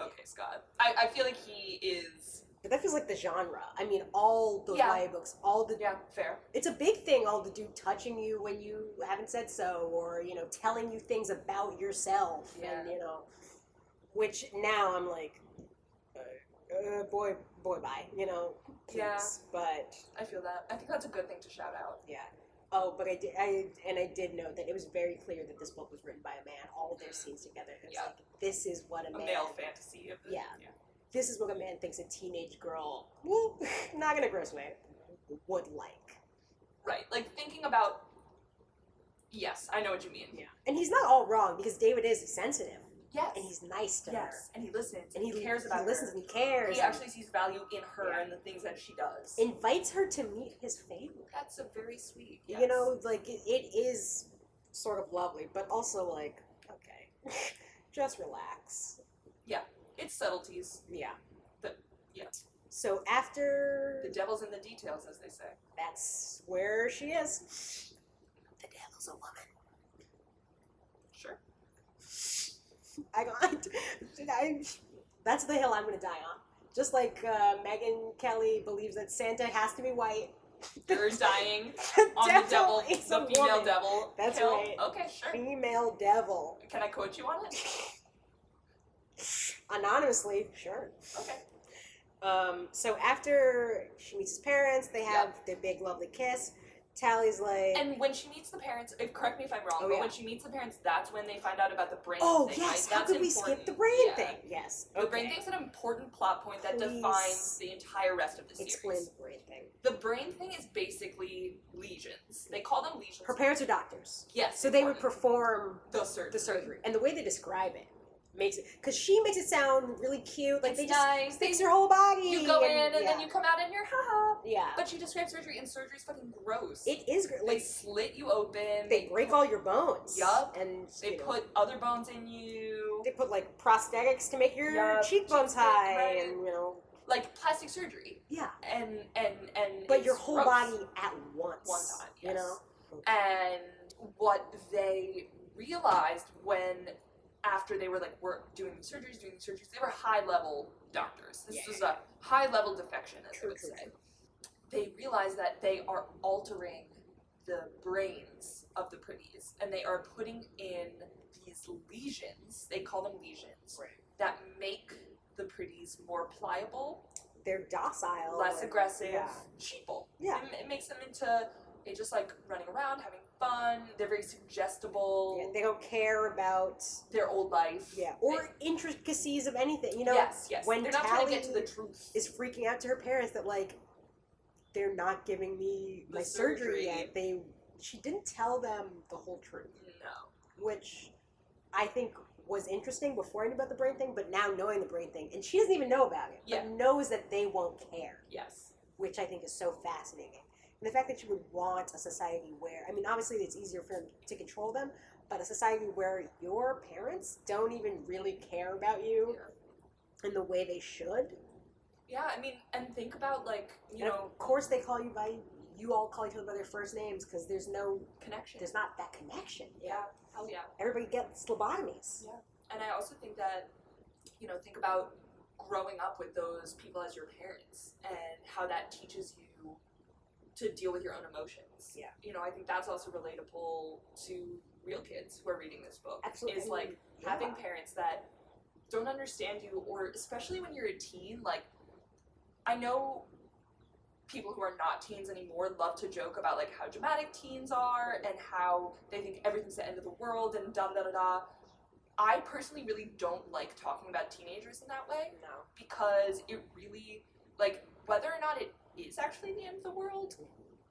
Speaker 2: okay, Scott. I, I feel like he is.
Speaker 1: But that feels like the genre. I mean, all the
Speaker 2: Yeah.
Speaker 1: YA books, all the
Speaker 2: Yeah, fair.
Speaker 1: it's a big thing. All the dude touching you when you haven't said so, or you know, telling you things about yourself, and
Speaker 2: Yeah.
Speaker 1: you know, which now I'm like, uh, uh, boy, boy, bye, you know, please.
Speaker 2: Yeah.
Speaker 1: But
Speaker 2: I feel that. I think that's a good thing to shout out.
Speaker 1: yeah, Oh, but I did, I and I did note that it was very clear that this book was written by a man. All of their scenes together, it was
Speaker 2: Yeah.
Speaker 1: like this is what a,
Speaker 2: a
Speaker 1: man.
Speaker 2: male fantasy of the,
Speaker 1: Yeah. This is what a man thinks a teenage girl, whoop, <laughs> not gonna gross me, would like.
Speaker 2: Right. Like thinking about. Yes, I know what you mean.
Speaker 1: Yeah, and he's not all wrong because David is sensitive
Speaker 2: Yes.
Speaker 1: and he's nice to her,
Speaker 2: yes. And he listens.
Speaker 1: and he,
Speaker 2: cares about
Speaker 1: he listens
Speaker 2: her.
Speaker 1: and he cares.
Speaker 2: He
Speaker 1: and
Speaker 2: actually sees value in her
Speaker 1: Yeah.
Speaker 2: and the things that she does.
Speaker 1: invites her to meet his family.
Speaker 2: That's a very sweet.
Speaker 1: You
Speaker 2: yes.
Speaker 1: know, like it, it is sort of lovely, but also like okay, <laughs> just relax.
Speaker 2: It's subtleties.
Speaker 1: Yeah.
Speaker 2: Yes.
Speaker 1: So after
Speaker 2: The devil's in the details, as they say.
Speaker 1: That's where she is. The devil's a woman.
Speaker 2: <laughs> Sure.
Speaker 1: I got. <laughs> I, that's the hill I'm gonna die on. Just like uh, Megan Kelly believes that Santa has to be white. <laughs>
Speaker 2: You're dying
Speaker 1: The
Speaker 2: on the devil,
Speaker 1: is
Speaker 2: the
Speaker 1: a
Speaker 2: female
Speaker 1: woman.
Speaker 2: devil.
Speaker 1: That's
Speaker 2: hill.
Speaker 1: right.
Speaker 2: Okay, sure.
Speaker 1: Female devil.
Speaker 2: Can I quote you on it?
Speaker 1: Anonymously, sure.
Speaker 2: Okay.
Speaker 1: Um, so after she meets his parents, they have their big lovely kiss. Tally's like,
Speaker 2: And when she meets the parents, if, correct me if I'm wrong,
Speaker 1: Oh,
Speaker 2: but
Speaker 1: yeah.
Speaker 2: when she meets the parents, that's when they find out about the brain
Speaker 1: "Oh
Speaker 2: thing.
Speaker 1: yes,
Speaker 2: right?
Speaker 1: how
Speaker 2: That's
Speaker 1: could we
Speaker 2: important.
Speaker 1: skip the brain
Speaker 2: Yeah.
Speaker 1: thing?" Yes,
Speaker 2: The brain
Speaker 1: okay.
Speaker 2: thing's an important plot point that
Speaker 1: Please
Speaker 2: defines the entire rest of the series.
Speaker 1: Explain the brain thing.
Speaker 2: The brain thing is basically lesions. They call them lesions.
Speaker 1: Her parents are doctors.
Speaker 2: yes.
Speaker 1: So they would
Speaker 2: important.
Speaker 1: perform
Speaker 2: the surgery.
Speaker 1: the surgery. And the way they describe it makes it because she makes it sound really cute. Like
Speaker 2: It's
Speaker 1: they just
Speaker 2: nice.
Speaker 1: fix her whole body.
Speaker 2: you go in and
Speaker 1: yeah.
Speaker 2: then you come out and you're haha.
Speaker 1: Yeah.
Speaker 2: But she describes surgery, and surgery's fucking gross.
Speaker 1: it is gr-
Speaker 2: they
Speaker 1: like
Speaker 2: slit you open.
Speaker 1: they break all your bones.
Speaker 2: Yup.
Speaker 1: And
Speaker 2: They
Speaker 1: you know,
Speaker 2: put other bones in you.
Speaker 1: they put like prosthetics to make your
Speaker 2: Yup.
Speaker 1: cheekbones
Speaker 2: Cheekbone,
Speaker 1: high
Speaker 2: right.
Speaker 1: and you know
Speaker 2: Like plastic surgery,
Speaker 1: Yeah.
Speaker 2: and and and.
Speaker 1: But
Speaker 2: it's
Speaker 1: your whole
Speaker 2: gross.
Speaker 1: body at once.
Speaker 2: One time,
Speaker 1: You
Speaker 2: yes.
Speaker 1: know?
Speaker 2: And what they realized when, after they were like, we're doing the surgeries, doing the surgeries, they were high level doctors. This
Speaker 1: Yeah,
Speaker 2: was
Speaker 1: yeah,
Speaker 2: a high level defection, as
Speaker 1: True,
Speaker 2: they would
Speaker 1: true,
Speaker 2: say. They realized that they are altering the brains of the pretties and they are putting in these lesions, they call them lesions,
Speaker 1: Right.
Speaker 2: that make the pretties more pliable,
Speaker 1: They're docile.
Speaker 2: less
Speaker 1: and-
Speaker 2: aggressive,
Speaker 1: yeah.
Speaker 2: sheeple.
Speaker 1: Yeah.
Speaker 2: It, it makes them into they just like running around, having fun. They're very suggestible.
Speaker 1: Yeah, they don't care about
Speaker 2: Their old life.
Speaker 1: yeah or
Speaker 2: They-
Speaker 1: intricacies of anything. You know,
Speaker 2: yes, yes.
Speaker 1: when
Speaker 2: they're not trying to get to
Speaker 1: Tally
Speaker 2: the truth.
Speaker 1: is freaking out to her parents that like they're not giving me
Speaker 2: The
Speaker 1: my surgery.
Speaker 2: surgery.
Speaker 1: yet. They she didn't tell them the whole truth,
Speaker 2: no.
Speaker 1: which I think was interesting before I knew about the brain thing, but now knowing the brain thing, and she doesn't even know about it,
Speaker 2: Yeah.
Speaker 1: but knows that they won't care,
Speaker 2: Yes.
Speaker 1: which I think is so fascinating. And the fact that she would want a society where I mean, obviously it's easier for them to control them, but a society where your parents don't even really care about you in the way they should.
Speaker 2: Yeah, I mean, and think about like you
Speaker 1: And
Speaker 2: know
Speaker 1: of course they call you by you all call each other by their first names because there's no
Speaker 2: connection.
Speaker 1: there's not that connection.
Speaker 2: yeah. Hell yeah.
Speaker 1: Everybody gets lobotomies.
Speaker 2: And I also think that you know think about growing up with those people as your parents and how that teaches you to deal with your own emotions.
Speaker 1: Yeah.
Speaker 2: You know, I think that's also relatable to real kids who are reading this book.
Speaker 1: Absolutely.
Speaker 2: Is like
Speaker 1: Yeah.
Speaker 2: having parents that don't understand you or especially when you're a teen like i know people who are not teens anymore love to joke about like how dramatic teens are and how they think everything's the end of the world and da da da da i personally really don't like talking about teenagers in that way
Speaker 1: No.
Speaker 2: because it really like whether or not it is actually the end of the world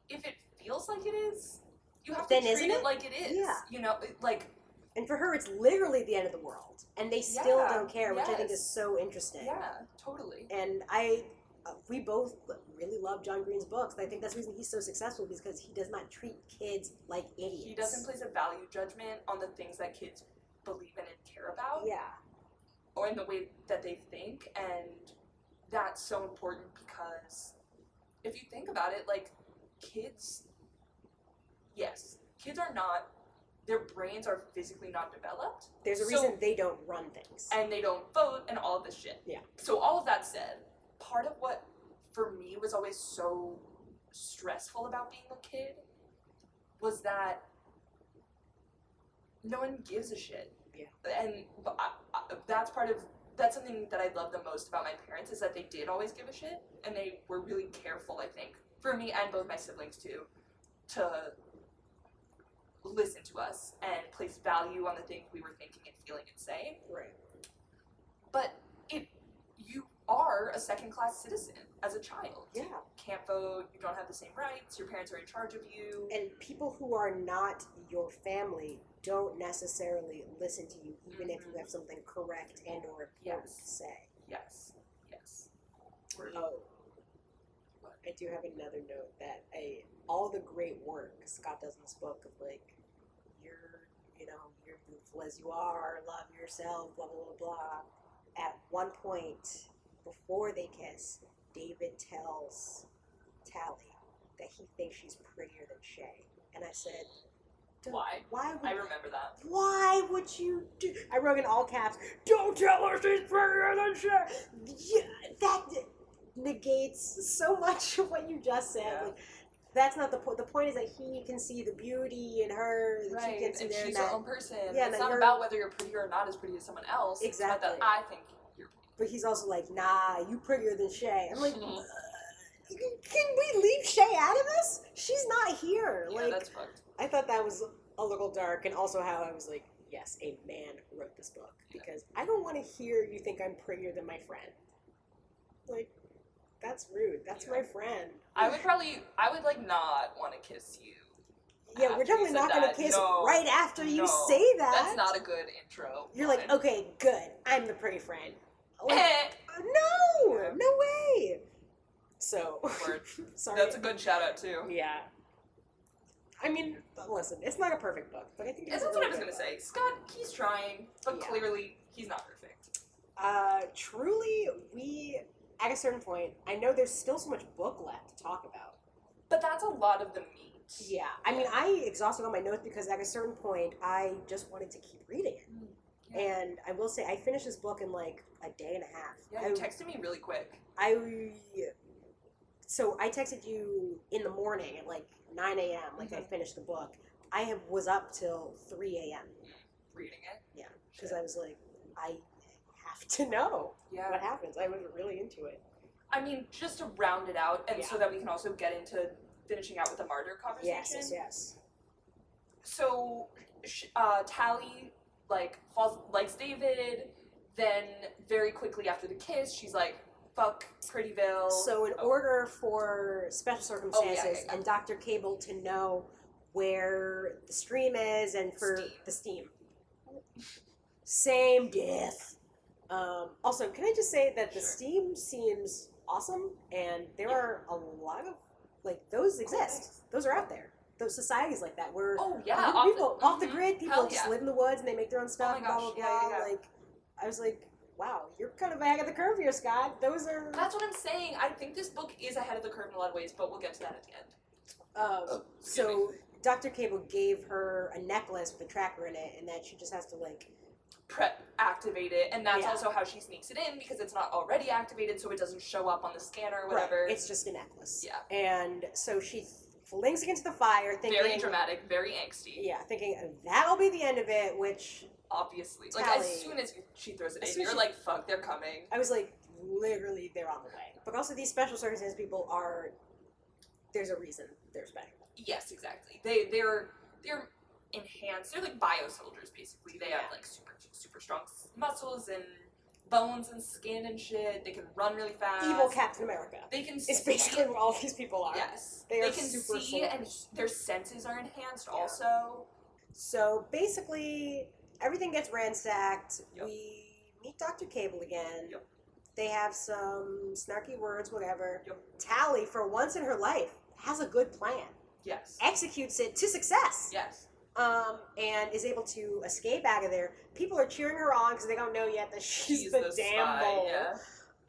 Speaker 2: if it feels like it is you have
Speaker 1: Then
Speaker 2: to treat
Speaker 1: isn't it?
Speaker 2: like it is
Speaker 1: Yeah.
Speaker 2: you know it- like
Speaker 1: And for her it's literally the end of the world. And they still
Speaker 2: Yeah,
Speaker 1: don't care, which I think
Speaker 2: yes.
Speaker 1: is so interesting.
Speaker 2: yeah totally
Speaker 1: And I uh, we both really love John Green's books. and I think that's the reason he's so successful because he does not treat kids like idiots.
Speaker 2: he doesn't place a value judgment on the things that kids believe in and care about
Speaker 1: Yeah.
Speaker 2: or in the way that they think and that's so important because if you think about it like kids yes kids are not their brains are physically not developed
Speaker 1: There's a
Speaker 2: So-
Speaker 1: reason they don't run things.
Speaker 2: and they don't vote and all of this shit.
Speaker 1: Yeah.
Speaker 2: So all of that said, part of what for me was always so stressful about being a kid was that no one gives a shit.
Speaker 1: Yeah.
Speaker 2: And I, I, that's part of that's something that I love the most about my parents is that they did always give a shit and they were really careful. I think for me and both my siblings too, to listened to us and placed value on the things we were thinking and feeling and saying.
Speaker 1: Right.
Speaker 2: But it, you are a second class citizen as a child.
Speaker 1: Yeah.
Speaker 2: Can't vote. You don't have the same rights. Your parents are in charge of you.
Speaker 1: And people who are not your family don't necessarily listen to you, even if you have something correct and or important
Speaker 2: Yes.
Speaker 1: to say.
Speaker 2: Yes. Yes. Word.
Speaker 1: Oh, I do have another note that I, all the great work Scott does in this book of like, you're, you know, you're beautiful as you are, love yourself, blah, blah, blah, blah. At one point, before they kiss, David tells Tally that he thinks she's prettier than Shay. And I said, Don't-
Speaker 2: Why?
Speaker 1: why would
Speaker 2: I remember that.
Speaker 1: why would you do? I wrote in all caps. Don't tell her she's prettier than she. Yeah, that negates so much of what you just said.
Speaker 2: Yeah.
Speaker 1: Like, that's not the point. The point is that he can see the beauty in her. That She can see
Speaker 2: and
Speaker 1: there
Speaker 2: she's
Speaker 1: that.
Speaker 2: her own person.
Speaker 1: Yeah,
Speaker 2: it's
Speaker 1: that
Speaker 2: not
Speaker 1: you're-
Speaker 2: about whether you're pretty or not as pretty as someone else. It's about that
Speaker 1: Exactly.
Speaker 2: I think you're pretty.
Speaker 1: But he's also like, nah, you prettier than Shay.
Speaker 2: <laughs>
Speaker 1: I'm like, can we leave Shay out of this? She's not here.
Speaker 2: yeah,
Speaker 1: like,
Speaker 2: that's fucked.
Speaker 1: I thought that was a little dark, and also how I was like, yes, a man wrote this book because I don't want to hear you think I'm prettier than my friend. Like, that's rude. That's
Speaker 2: Yeah.
Speaker 1: my friend.
Speaker 2: I would probably, I would like not want to kiss you.
Speaker 1: Yeah,
Speaker 2: after
Speaker 1: we're
Speaker 2: you
Speaker 1: definitely
Speaker 2: said
Speaker 1: not going to
Speaker 2: that.
Speaker 1: kiss
Speaker 2: No.
Speaker 1: right after you
Speaker 2: No.
Speaker 1: say that.
Speaker 2: That's not a good intro.
Speaker 1: You're like,
Speaker 2: line.
Speaker 1: okay, good. I'm the pretty friend. Like, uh,
Speaker 2: Eh,
Speaker 1: no,
Speaker 2: Yeah.
Speaker 1: no way. So, <laughs>
Speaker 2: word.
Speaker 1: sorry.
Speaker 2: Eh, That's a good shout out too.
Speaker 1: yeah. I mean, listen, it's not a perfect book, but I think
Speaker 2: Yeah,
Speaker 1: it's
Speaker 2: that's
Speaker 1: a
Speaker 2: what I
Speaker 1: really
Speaker 2: was
Speaker 1: good
Speaker 2: gonna
Speaker 1: book.
Speaker 2: say. Scott, he's trying, but
Speaker 1: Yeah.
Speaker 2: clearly he's not perfect.
Speaker 1: Uh, truly, we at a certain point, I know there's still so much book left to talk about.
Speaker 2: But that's a lot of the meat.
Speaker 1: Yeah, I mean, I exhausted all my notes because at a certain point, I just wanted to keep reading it.
Speaker 2: Mm, yeah.
Speaker 1: And I will say, I finished this book in like a day and a half.
Speaker 2: Yeah,
Speaker 1: I,
Speaker 2: you texted me really quick.
Speaker 1: I so I texted you in the morning at like 9 a.m. Like
Speaker 2: Mm-hmm.
Speaker 1: I finished the book. I have, was up till 3 a.m.
Speaker 2: Reading it.
Speaker 1: Yeah, because I was like, I have to know
Speaker 2: Yeah.
Speaker 1: what happens. I was really into it.
Speaker 2: I mean, just to round it out, and so
Speaker 1: Yeah.
Speaker 2: that we can also get into finishing out with the martyr conversation.
Speaker 1: Yes, yes, yes.
Speaker 2: So, sh- uh, Tally like falls likes David. Then very quickly after the kiss, she's like, "Fuck Prettyville."
Speaker 1: So, in
Speaker 2: Oh.
Speaker 1: order for special circumstances
Speaker 2: yeah.
Speaker 1: and Dr. Cable to know where the stream is and for
Speaker 2: Steam.
Speaker 1: the steam. Same death. Um, also, can I just say that the
Speaker 2: Sure.
Speaker 1: steam seems awesome, and there
Speaker 2: Yeah.
Speaker 1: are a lot of like those exist. Those are out there. Those societies like that where
Speaker 2: Oh yeah,
Speaker 1: other
Speaker 2: off the-
Speaker 1: people off the
Speaker 2: mhm.
Speaker 1: grid, people
Speaker 2: Hell
Speaker 1: just
Speaker 2: yeah. Oh
Speaker 1: live in the woods and they make their own stuff.
Speaker 2: my
Speaker 1: blah blah
Speaker 2: gosh,
Speaker 1: blah.
Speaker 2: yeah, yeah, yeah.
Speaker 1: Like, I was like, wow, you're kind of ahead of the curve here, Scott. Those
Speaker 2: <laughs>
Speaker 1: are
Speaker 2: That's what I'm saying. I think this book is ahead of the curve in a lot of ways, but we'll get to that at the end.
Speaker 1: Um, so Dr. Cable gave her a necklace with a tracker in it, and that she just has to like.
Speaker 2: Prep, activate it, and that's
Speaker 1: Yeah.
Speaker 2: also how she sneaks it in because it's not already activated, so it doesn't show up on the scanner or whatever.
Speaker 1: Right, It's just a necklace.
Speaker 2: Yeah.
Speaker 1: And so she flings against the fire, thinking.
Speaker 2: very dramatic, very angsty.
Speaker 1: Yeah, thinking "Oh, that'll be the end of it. Which
Speaker 2: obviously. Like
Speaker 1: Tally.
Speaker 2: as soon as she throws it
Speaker 1: As
Speaker 2: in,
Speaker 1: soon as
Speaker 2: you're
Speaker 1: she-
Speaker 2: like, "Fuck, they're coming."
Speaker 1: I was like, literally, they're on the way. But also, these special circumstance people are. There's a reason they're special.
Speaker 2: Yes, exactly. They they're they're enhanced. They're like bio soldiers basically. They
Speaker 1: Yeah.
Speaker 2: have like super super strong s- muscles and bones and skin and shit. They can run really fast.
Speaker 1: Evil Captain America
Speaker 2: They can.
Speaker 1: is basically what all these people are.
Speaker 2: Yes.
Speaker 1: They are
Speaker 2: can
Speaker 1: super
Speaker 2: see and
Speaker 1: soldiers.
Speaker 2: their senses are enhanced
Speaker 1: Yeah.
Speaker 2: also.
Speaker 1: So basically, everything gets ransacked.
Speaker 2: Yep.
Speaker 1: We meet Dr. Cable again.
Speaker 2: Yep.
Speaker 1: They have some snarky words, whatever.
Speaker 2: Yep.
Speaker 1: Tally, for once in her life, has a good plan,
Speaker 2: Yes.
Speaker 1: executes it to success,
Speaker 2: Yes.
Speaker 1: um, and is able to escape out of there. People are cheering her on because they don't know yet that <laughs> she's, the, damn
Speaker 2: spy,
Speaker 1: bull.
Speaker 2: yeah.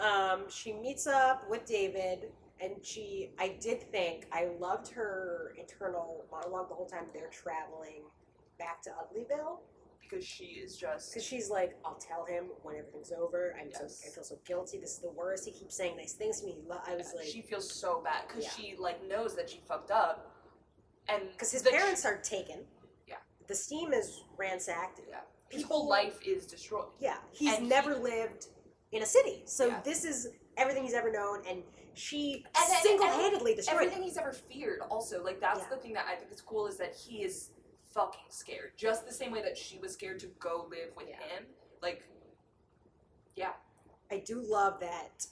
Speaker 1: Um, she meets up with David, and she. I did think I loved her internal monologue the whole time they're traveling back to Uglyville
Speaker 2: Because she is just
Speaker 1: because she's like, "I'll tell him when everything's over. I'm
Speaker 2: Yes.
Speaker 1: so I feel so guilty. This is the worst. He keeps saying nice things to me. He lo- I was
Speaker 2: Yeah, she
Speaker 1: like,
Speaker 2: feels so bad because
Speaker 1: Yeah.
Speaker 2: she like knows that she fucked up, and
Speaker 1: because his
Speaker 2: that
Speaker 1: parents are taken.
Speaker 2: Yeah.
Speaker 1: the steam is ransacked.
Speaker 2: she, yeah, his whole life is destroyed.
Speaker 1: Yeah, he's
Speaker 2: And he-
Speaker 1: never lived in a city, so
Speaker 2: Yeah.
Speaker 1: this is everything he's ever known, and she
Speaker 2: And- and-
Speaker 1: single-handedly destroyed it.
Speaker 2: Everything he's ever feared, also like that's
Speaker 1: Yeah.
Speaker 2: the thing that I think is cool is that he is fucking scared. Just the same way that she was scared to go live with
Speaker 1: Yeah.
Speaker 2: him. Like, yeah.
Speaker 1: I do love that.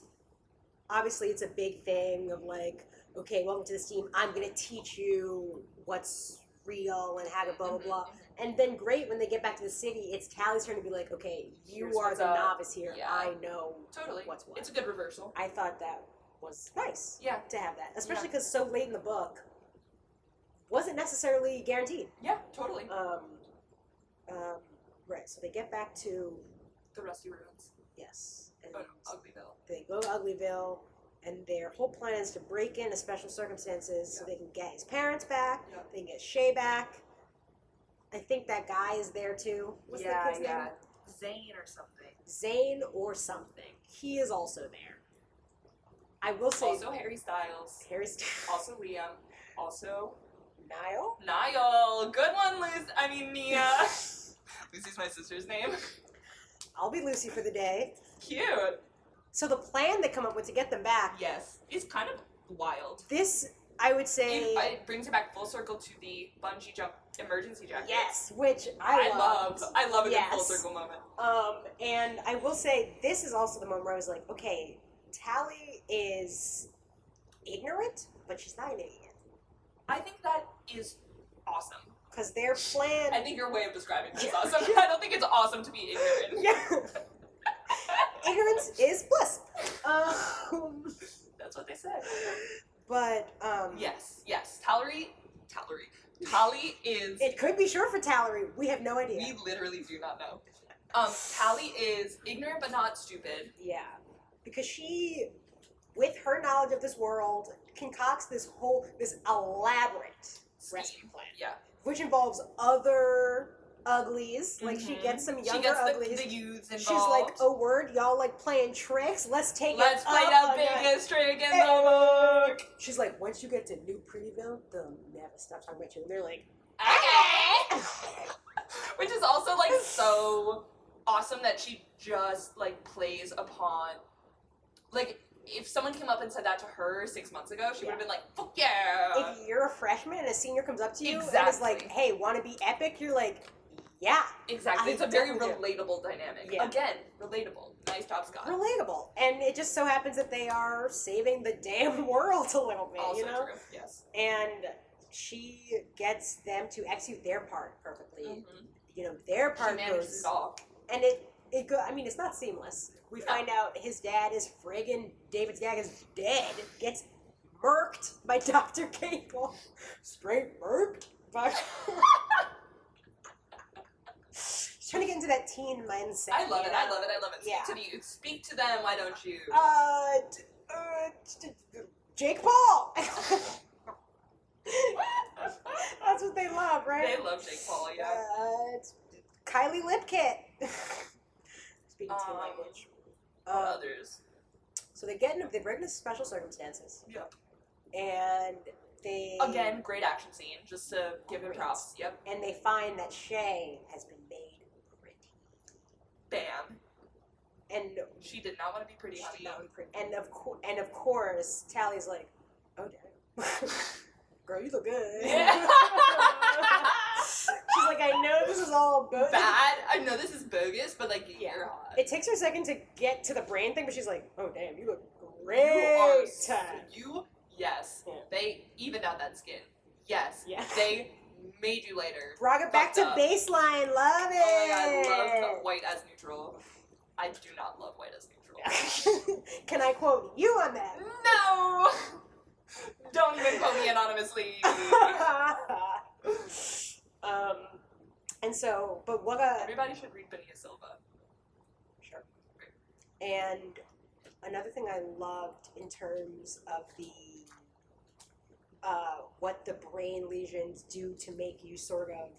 Speaker 1: Obviously, it's a big thing of like, okay, welcome to this team. I'm gonna teach you what's real and how to blah blah blah.
Speaker 2: mm-hmm.
Speaker 1: And then great when they get back to the city, it's Callie's turn to be like, okay, you
Speaker 2: Here's
Speaker 1: are
Speaker 2: what's
Speaker 1: the
Speaker 2: up.
Speaker 1: novice here.
Speaker 2: Yeah.
Speaker 1: I know
Speaker 2: Totally.
Speaker 1: what's what.
Speaker 2: It's a good reversal.
Speaker 1: I thought that was nice
Speaker 2: Yeah.
Speaker 1: to have that, especially because so late in the book wasn't necessarily
Speaker 2: <laughs>
Speaker 1: guaranteed.
Speaker 2: Yeah, totally.
Speaker 1: Um, um, right. So they get back to
Speaker 2: The rusty ruins.
Speaker 1: yes, and
Speaker 2: Oh no, Uglyville.
Speaker 1: they go to Uglyville, and their whole plan is to break into special circumstances so
Speaker 2: Yeah.
Speaker 1: they can get his parents back.
Speaker 2: Yeah.
Speaker 1: They can get Shay back. I think that guy is there too. What's that kid's name?
Speaker 2: Zane or something.
Speaker 1: Zane or something. He is also there. I will say
Speaker 2: Also Harry Styles.
Speaker 1: Harry
Speaker 2: <laughs>
Speaker 1: Styles.
Speaker 2: Also Liam. Also
Speaker 1: <laughs> Niall.
Speaker 2: Niall. Good one, Liz. I
Speaker 1: <laughs>
Speaker 2: mean Nia. Lucy's my sister's name.
Speaker 1: I'll be Lucy for the day.
Speaker 2: Cute.
Speaker 1: So the plan they come up with to get them back.
Speaker 2: Yes. It's kind of wild.
Speaker 1: This I would say
Speaker 2: It, it brings it back full circle to the bungee jump emergency jacket.
Speaker 1: yes, which I,
Speaker 2: I, love.
Speaker 1: loved.
Speaker 2: I love a good full
Speaker 1: Yes.
Speaker 2: circle moment.
Speaker 1: Um, and I will say this is also the moment where I was like, okay, Tally is ignorant, but she's not an idiot
Speaker 2: I think that is awesome.
Speaker 1: because their plan.
Speaker 2: I think your way of describing that is
Speaker 1: Yeah.
Speaker 2: awesome. <laughs> I don't think it's awesome to be
Speaker 1: <laughs>
Speaker 2: ignorant.
Speaker 1: yeah. Ignorance is
Speaker 2: <laughs>
Speaker 1: bliss. Um,
Speaker 2: That's what they said.
Speaker 1: but um,
Speaker 2: Yes, yes. Tallery, Tallery. Tally is.
Speaker 1: it could be short for Tallery. We have no idea.
Speaker 2: We literally do not know. Um, Tally is ignorant but not stupid.
Speaker 1: Yeah, because she, with her knowledge of this world, concocts this whole this elaborate
Speaker 2: Scheme.
Speaker 1: rescue plan,
Speaker 2: Yeah.
Speaker 1: which involves other uglies. Like she
Speaker 2: Mhm.
Speaker 1: gets some younger
Speaker 2: she gets the,
Speaker 1: uglies.
Speaker 2: the youths involved.
Speaker 1: She's like, "Oh word, y'all like playing tricks. Let's take
Speaker 2: Let's
Speaker 1: it
Speaker 2: play
Speaker 1: up
Speaker 2: the
Speaker 1: a notch."
Speaker 2: biggest trick in
Speaker 1: Hey.
Speaker 2: the book.
Speaker 1: She's like, "Once you get to New Prettyville, they'll never stop talking about you." And they're like,
Speaker 2: Okay. Which is also
Speaker 1: <laughs>
Speaker 2: like so awesome that she just like plays upon like if someone came up and said that to her six months ago, she would have been like, Fuck yeah.
Speaker 1: "If you're a freshman and a senior comes up to you and is
Speaker 2: Uh, Exactly.
Speaker 1: like, "Hey, want to be epic?" You're like, "Yeah."
Speaker 2: exactly.
Speaker 1: I
Speaker 2: It's a very
Speaker 1: definitely
Speaker 2: relatable dynamic.
Speaker 1: Yeah.
Speaker 2: Again, relatable. Nice job, Scott.
Speaker 1: relatable. And it just so happens that they are saving the damn <laughs> world a little bit,
Speaker 2: also
Speaker 1: you know?
Speaker 2: true. Yes.
Speaker 1: And she gets them to execute their part perfectly.
Speaker 2: Mhm.
Speaker 1: You know, their
Speaker 2: She
Speaker 1: part
Speaker 2: manages
Speaker 1: goes
Speaker 2: it all.
Speaker 1: and it it go I mean it's not seamless. We find out his dad is friggin' David's dad is dead, gets murked by <laughs> Dr. Cable. Straight murked
Speaker 2: <laughs>
Speaker 1: by She's trying to get into that teen mindset.
Speaker 2: I love
Speaker 1: you
Speaker 2: it. I
Speaker 1: know?
Speaker 2: love it. I love it. Speak
Speaker 1: Yeah.
Speaker 2: to the youth. Speak to them. Why don't you?
Speaker 1: uh, t- uh, t- t- Jake Paul. <laughs>
Speaker 2: <laughs>
Speaker 1: That's what they love, right?
Speaker 2: They love Jake Paul, yeah.
Speaker 1: Uh, it's Kylie Lipkit. <laughs> Speaking to
Speaker 2: Um,
Speaker 1: language. Um,
Speaker 2: Others.
Speaker 1: so they get into they break into special circumstances,
Speaker 2: Yeah.
Speaker 1: and they
Speaker 2: Again, great action scene. Just to give him
Speaker 1: Great.
Speaker 2: props. Yep.
Speaker 1: and they find that Shay has been made pretty,
Speaker 2: Bam.
Speaker 1: and
Speaker 2: She did not want to be pretty
Speaker 1: She did
Speaker 2: honey.
Speaker 1: not look pretty. And of course, and of course, Tally's like, "Oh damn, <laughs> girl, you look
Speaker 2: <laughs>
Speaker 1: good." <laughs>
Speaker 2: Yeah.
Speaker 1: She's like, "I know this is all bogus."
Speaker 2: Bad. I know this is bogus, but like
Speaker 1: Yeah.
Speaker 2: you're hot.
Speaker 1: It takes her a second to get to the brain thing, but she's like, "Oh damn, you look
Speaker 2: you are.
Speaker 1: great."
Speaker 2: so- You yes.
Speaker 1: Yeah.
Speaker 2: They evened out that skin. Yes.
Speaker 1: Yeah.
Speaker 2: <laughs> They made you lighter.
Speaker 1: Brought it back
Speaker 2: Fucked
Speaker 1: to
Speaker 2: up.
Speaker 1: baseline. Love it.
Speaker 2: Oh my god, I love white as neutral. I do not love white as neutral.
Speaker 1: <laughs> Can I quote you on that?
Speaker 2: <laughs>
Speaker 1: <laughs>
Speaker 2: no. Don't even quote me anonymously.
Speaker 1: <laughs> um, and so, but what a
Speaker 2: Everybody should read Benia Silva.
Speaker 1: Sure. And another thing I loved in terms of the uh, what the brain lesions do to make you sort of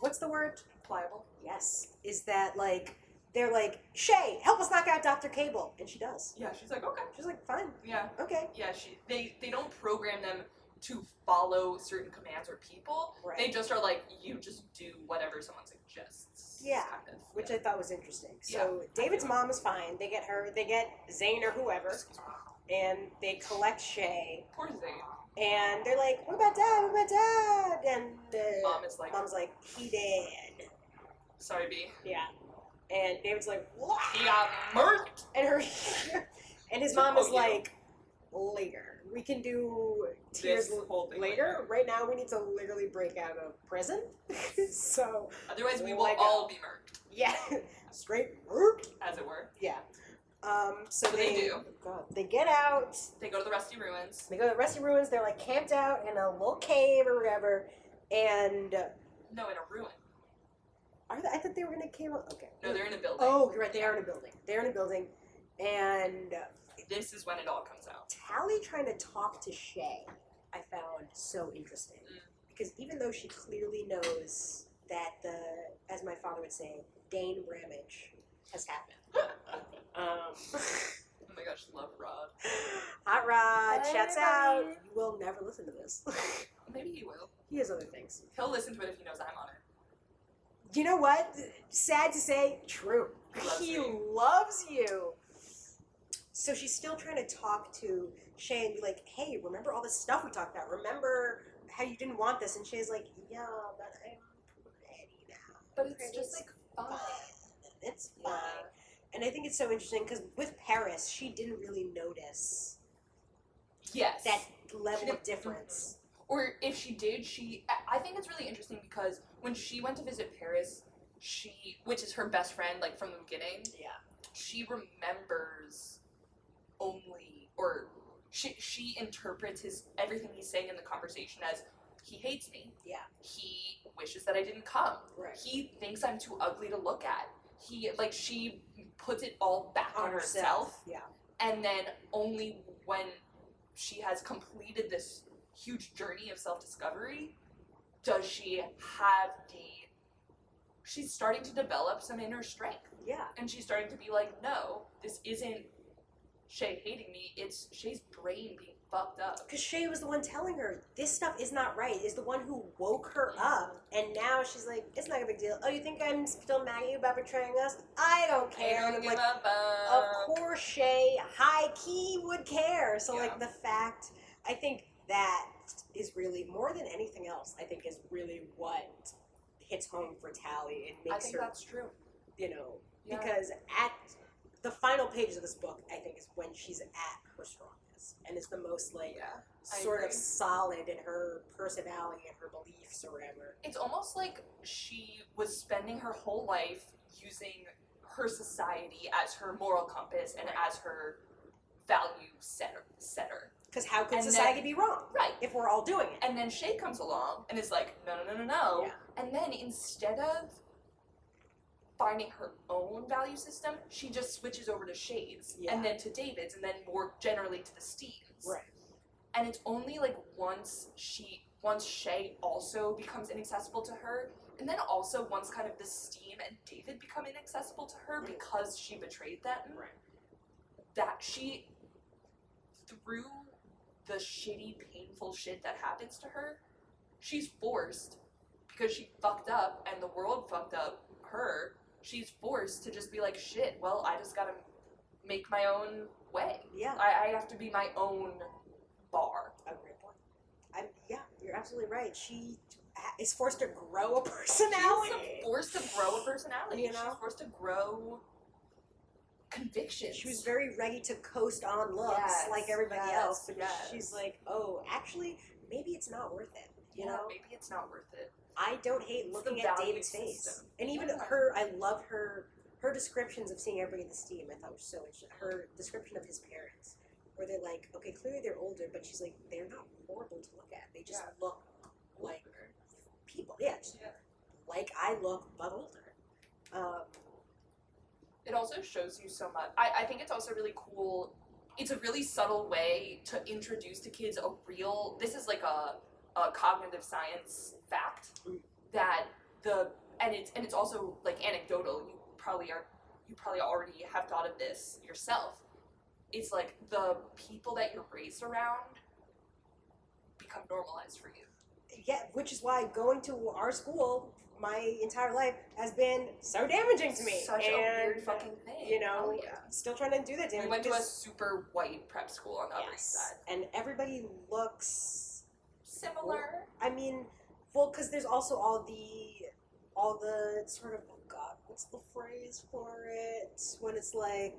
Speaker 1: what's the word?
Speaker 2: Pliable.
Speaker 1: Yes, is that like they're like Shay, help us knock out Doctor Cable, and she does.
Speaker 2: Yeah, she's like, okay.
Speaker 1: She's like, fine,
Speaker 2: Yeah.
Speaker 1: okay,
Speaker 2: Yeah, she, they they don't program them to follow certain commands or people.
Speaker 1: right.
Speaker 2: They just are like, you just do whatever someone suggests.
Speaker 1: Yeah,
Speaker 2: kind of.
Speaker 1: which
Speaker 2: Yeah.
Speaker 1: I thought was interesting. So David's mom is fine. They get her. They get Zane or whoever,
Speaker 2: Excuse me.
Speaker 1: and they collect Shay.
Speaker 2: Poor Zane.
Speaker 1: And they're like, what about dad? What about dad? And the
Speaker 2: Mom is like,
Speaker 1: mom's like, he dead.
Speaker 2: sorry, B.
Speaker 1: Yeah. And David's like, what?
Speaker 2: He got murked.
Speaker 1: And her, <laughs> and his mom
Speaker 2: Oh,
Speaker 1: is
Speaker 2: yeah.
Speaker 1: like, later. We can do tears
Speaker 2: This whole thing
Speaker 1: later. Right now, we need to literally break out of prison. <laughs> so
Speaker 2: Otherwise, we will
Speaker 1: Lego.
Speaker 2: all be murked,
Speaker 1: yeah, <laughs> straight. burp.
Speaker 2: as it were.
Speaker 1: Yeah. Um, so
Speaker 2: So they do.
Speaker 1: God, they get out.
Speaker 2: They go to the rusty ruins.
Speaker 1: They go to the rusty ruins. They're like camped out in a little cave or whatever. And uh,
Speaker 2: No, in a ruin.
Speaker 1: are they, I thought they were gonna cave. out- Okay.
Speaker 2: No, they're in a building.
Speaker 1: Oh, you're right. They are in a building. They're in a building, and uh,
Speaker 2: This is when it all comes out.
Speaker 1: Tally trying to talk to Shay, I found so interesting
Speaker 2: Mm.
Speaker 1: because even though she clearly knows that the, as my father would say, Dane Bramage has happened. um,
Speaker 2: Oh my gosh, love Rod.
Speaker 1: Hot Rod,
Speaker 2: Hey,
Speaker 1: shouts out.
Speaker 2: buddy.
Speaker 1: You will never listen to this. <laughs>
Speaker 2: Maybe he will.
Speaker 1: he has other things.
Speaker 2: He'll listen to it if he knows I'm on it.
Speaker 1: You know what? Sad to say, true.
Speaker 2: He loves
Speaker 1: he
Speaker 2: me.
Speaker 1: loves you. So she's still trying to talk to Shay and be like, hey, remember all this stuff we talked about? Remember how you didn't want this? And Shay's like, yeah, but I'm ready now.
Speaker 2: But
Speaker 1: it's just, like,
Speaker 2: fun.
Speaker 1: It's fine.
Speaker 2: Yeah.
Speaker 1: And I think it's so interesting because with Paris, she didn't really notice
Speaker 2: Yes.
Speaker 1: that level of
Speaker 2: didn't-
Speaker 1: difference.
Speaker 2: or if she did, she. I- I think it's really interesting because when she went to visit Paris, she, which is her best friend, like from the beginning,
Speaker 1: Yeah.
Speaker 2: she remembers only or she she interprets his everything he's saying in the conversation as he hates me.
Speaker 1: Yeah.
Speaker 2: He wishes that I didn't come.
Speaker 1: Right.
Speaker 2: He thinks I'm too ugly to look at. He like she puts it all back on, herself
Speaker 1: Yeah.
Speaker 2: and then only when she has completed this huge journey of self-discovery does she have the she's starting to develop some inner strength
Speaker 1: Yeah.
Speaker 2: and she's starting to be like, no, this isn't Shay hating me. It's Shay's brain being fucked up.
Speaker 1: Because Shay was the one telling her this stuff is not right. Is the one who woke her up, and now she's like, it's not a big deal. Oh, you think I'm still mad at you about betraying us? I don't care. And I'm like,
Speaker 2: up,
Speaker 1: of course, Shay, high key would care. So
Speaker 2: Yeah.
Speaker 1: like the fact, I think that is really more than anything else. I think is really what hits home for Tally and
Speaker 2: I
Speaker 1: makes
Speaker 2: think
Speaker 1: her,
Speaker 2: that's true.
Speaker 1: you know,
Speaker 2: Yeah.
Speaker 1: because at the final pages of this book, I think is when she's at her strongest and is the most like
Speaker 2: yeah. I
Speaker 1: sort of
Speaker 2: agree.
Speaker 1: solid in her personality and her beliefs or whatever.
Speaker 2: It's almost like she was spending her whole life using her society as her moral compass and as her value setter. setter.
Speaker 1: Because how could
Speaker 2: And then-
Speaker 1: society be wrong
Speaker 2: Right.
Speaker 1: if we're all doing it?
Speaker 2: And then Shay comes along and is like, no, no, no, no, no.
Speaker 1: Yeah.
Speaker 2: And then instead of finding her own value system, she just switches over to Shay's
Speaker 1: Yeah.
Speaker 2: and then to David's and then more generally to the Steve's.
Speaker 1: Right.
Speaker 2: And it's only like once she, once Shay also becomes inaccessible to her, and then also once kind of the Steam and David become inaccessible to her
Speaker 1: Mm.
Speaker 2: because she betrayed them
Speaker 1: Right.
Speaker 2: that she through the shitty painful shit that happens to her she's forced because she fucked up and the world fucked up her she's forced to just be like shit well i just gotta make my own way
Speaker 1: Yeah.
Speaker 2: i, I have to be my own bar
Speaker 1: A great point. I'm, yeah, you're absolutely right. She ha- is forced to grow a <laughs> personality.
Speaker 2: she's forced to grow a personality
Speaker 1: You know?
Speaker 2: she's forced to grow convictions
Speaker 1: She was very ready to coast on looks
Speaker 2: Yes,
Speaker 1: like everybody
Speaker 2: yes,
Speaker 1: else, but
Speaker 2: yes.
Speaker 1: she's like, oh, actually, maybe it's not worth it. You
Speaker 2: yeah,
Speaker 1: know,
Speaker 2: maybe it's not worth it
Speaker 1: I don't hate
Speaker 2: It's
Speaker 1: looking
Speaker 2: the
Speaker 1: at
Speaker 2: value
Speaker 1: David's face.
Speaker 2: system.
Speaker 1: And even
Speaker 2: Yeah.
Speaker 1: her, I love her her descriptions of seeing everybody in the steam. I thought was so interesting. Her description of his parents, where they're like, okay, clearly they're older, but she's like, they're not horrible to look at. They just
Speaker 2: Yeah.
Speaker 1: look like people. Yeah, just
Speaker 2: Yeah.
Speaker 1: like I look, but older. Um,
Speaker 2: it also shows you so much. I, I think it's also really cool. It's a really subtle way to introduce to kids a real. This is like a, a cognitive science fact
Speaker 1: Mm.
Speaker 2: that the and it's and it's also like anecdotal. You probably are you probably already have thought of this yourself. It's like the people that you're raised around become normalized for you.
Speaker 1: yeah, which is why going to our school my entire life has been so damaging to me.
Speaker 2: Such
Speaker 1: and,
Speaker 2: a weird fucking thing.
Speaker 1: you know,
Speaker 2: Hell yeah.
Speaker 1: still trying to do that damage.
Speaker 2: We went to a
Speaker 1: because-
Speaker 2: super white prep school on the Upper East
Speaker 1: yes,
Speaker 2: Side.
Speaker 1: Oh and everybody looks.
Speaker 2: Similar.
Speaker 1: I mean, well, because there's also all the, all the sort of oh god, what's the phrase for it when it's like.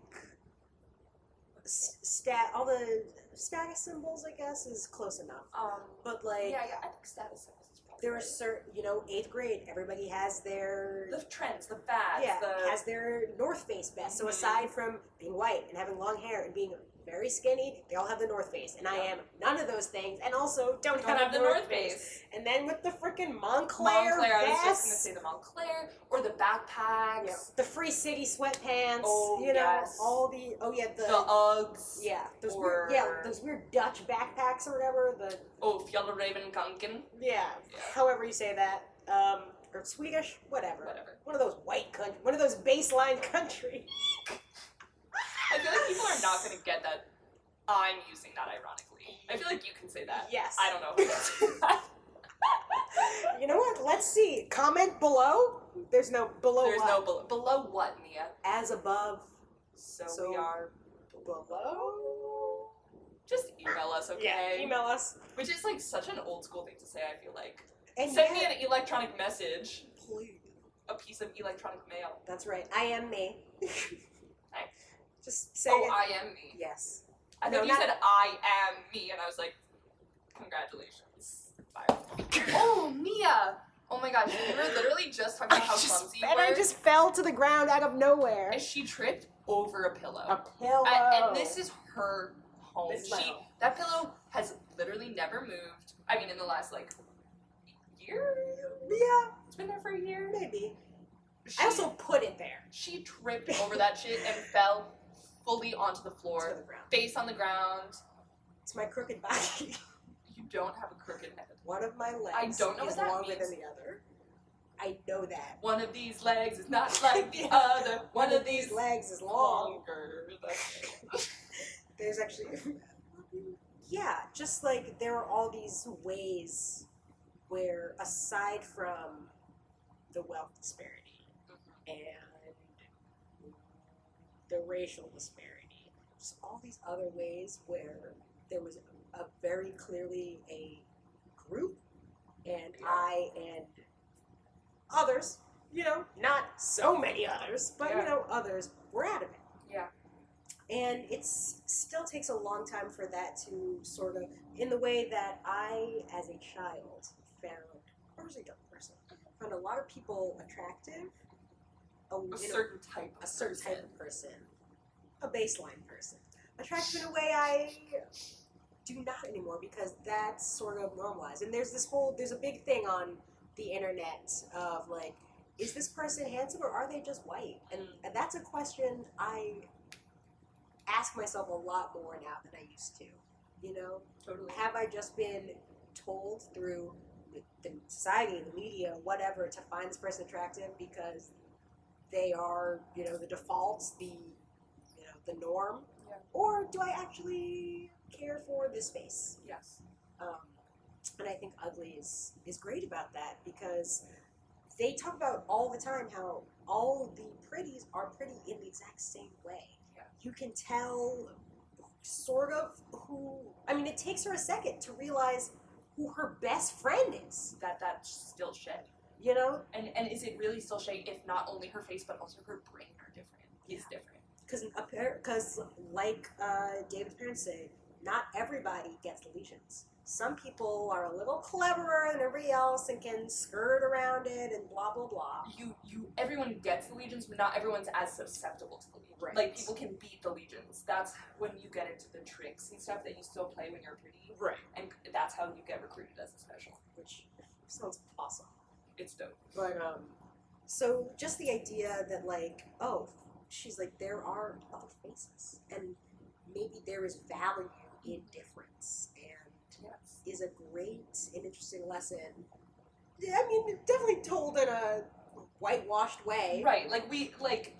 Speaker 1: s- Stat all the status symbols, I guess, is close enough.
Speaker 2: Um,
Speaker 1: But like,
Speaker 2: yeah, yeah, I think status symbols is probably
Speaker 1: there are
Speaker 2: right.
Speaker 1: certain, you know, eighth grade, everybody has their
Speaker 2: the trends, the fads,
Speaker 1: yeah,
Speaker 2: the
Speaker 1: has their North Face vest. So
Speaker 2: Mhm.
Speaker 1: aside from being white and having long hair and being very skinny, they all have the North Face, and I am none of those things, and also don't,
Speaker 2: don't have the North Face.
Speaker 1: And then with the freaking Montclair,
Speaker 2: Montclair, I was
Speaker 1: vest,
Speaker 2: just gonna say the Montclair or the backpacks,
Speaker 1: Yeah, the Free City sweatpants,
Speaker 2: Oh,
Speaker 1: you know,
Speaker 2: yes.
Speaker 1: all the oh yeah the,
Speaker 2: the Uggs.
Speaker 1: yeah those
Speaker 2: or-
Speaker 1: weird, yeah those weird Dutch backpacks or whatever the
Speaker 2: Oh, Fjalla Raven Gunkin.
Speaker 1: yeah,
Speaker 2: Yeah.
Speaker 1: however you say that um or Swedish whatever
Speaker 2: Whatever.
Speaker 1: one of those white country one of those baseline <laughs> countries.
Speaker 2: I feel like people are not gonna get that. I'm using that ironically. I feel like you can say that.
Speaker 1: Yes.
Speaker 2: I don't know. Who can say that.
Speaker 1: <laughs> You know what? Let's see. Comment below. There's no below.
Speaker 2: There's
Speaker 1: up.
Speaker 2: no below. Below what, Mia?
Speaker 1: as above.
Speaker 2: So,
Speaker 1: So-
Speaker 2: we are.
Speaker 1: Below.
Speaker 2: Just email us, okay?
Speaker 1: Yeah. Email us.
Speaker 2: Which is like such an old school thing to say. I feel like.
Speaker 1: And
Speaker 2: Send
Speaker 1: yeah,
Speaker 2: me an electronic message.
Speaker 1: please.
Speaker 2: A piece of electronic mail.
Speaker 1: That's right. I am me. <laughs> Just say
Speaker 2: oh,
Speaker 1: it.
Speaker 2: I am me.
Speaker 1: yes.
Speaker 2: I
Speaker 1: No,
Speaker 2: thought you
Speaker 1: not-
Speaker 2: said I am me, and I was like, congratulations. Fire. oh, Mia! Oh my gosh, we were literally
Speaker 1: <laughs>
Speaker 2: just talking about how clumsy you
Speaker 1: and I
Speaker 2: were,
Speaker 1: just fell to the ground out of nowhere.
Speaker 2: and she tripped over a pillow.
Speaker 1: A pillow.
Speaker 2: I- and this is her home.
Speaker 1: This is my
Speaker 2: she
Speaker 1: home.
Speaker 2: that pillow has literally never moved. I mean, in the last like year,
Speaker 1: yeah,
Speaker 2: it's been there for a year.
Speaker 1: maybe.
Speaker 2: She,
Speaker 1: I also put it there.
Speaker 2: she tripped over that shit and fell fully onto the
Speaker 1: It's to
Speaker 2: <laughs> floor,
Speaker 1: the ground.
Speaker 2: face on the ground.
Speaker 1: It's my crooked <laughs> body.
Speaker 2: You don't have a crooked head.
Speaker 1: One of my legs
Speaker 2: I don't know
Speaker 1: is
Speaker 2: what that
Speaker 1: longer
Speaker 2: means.
Speaker 1: than the other. I know that.
Speaker 2: One of these legs is not
Speaker 1: <laughs>
Speaker 2: like uh, the other. One of these legs
Speaker 1: legs is long.
Speaker 2: longer. That's it.
Speaker 1: There's actually. <laughs> yeah, just like there are all these ways where, aside from the wealth disparity and the racial disparity, just all these other ways where there was a very clearly a group, and I and others, you know, not so many others, but you
Speaker 2: Yeah.
Speaker 1: know, others were out of it
Speaker 2: Yeah.
Speaker 1: and it still takes a long time for that to sort of in the way that i as a child found or as a young person found a lot of people attractive a, you know,
Speaker 2: A certain type.
Speaker 1: a certain type of person a baseline person attractive in a way i do not anymore because that's sort of normalized and there's this whole there's a big thing on the internet of like is this person handsome or are they just white and, and that's a question i ask myself a lot more now than i used to you know
Speaker 2: Totally.
Speaker 1: have i just been told through the, the society the media whatever to find this person attractive because they are you know the defaults the you know the norm
Speaker 2: Yeah.
Speaker 1: or do i actually care for this face
Speaker 2: Yes.
Speaker 1: um, and I think Ugly is is great about that because they talk about all the time how all the pretties are pretty in the exact same way.
Speaker 2: Yeah.
Speaker 1: You can tell sort of who. I mean, it takes her a second to realize who her best friend is.
Speaker 2: That that's still shit.
Speaker 1: You know,
Speaker 2: And and is it really still shit if not only her face but also her brain are different? Is different.
Speaker 1: because because like uh, David's parents say, not everybody gets lesions. Some people are a little cleverer than everybody else and can skirt around it and blah blah blah.
Speaker 2: You you everyone gets the legions, but not everyone's as susceptible to the legions.
Speaker 1: Right.
Speaker 2: Like people can beat the legions. That's when you get into the tricks and stuff that you still play when you're pretty,
Speaker 1: Right.
Speaker 2: and that's how you get recruited as a special.
Speaker 1: which sounds awesome.
Speaker 2: It's dope.
Speaker 1: But um, so just the idea that like, oh, she's like there are other faces, and maybe there is value in difference, and
Speaker 2: Yes.
Speaker 1: is a great and interesting lesson. Yeah, I mean, definitely told in a whitewashed way.
Speaker 2: Right, like we like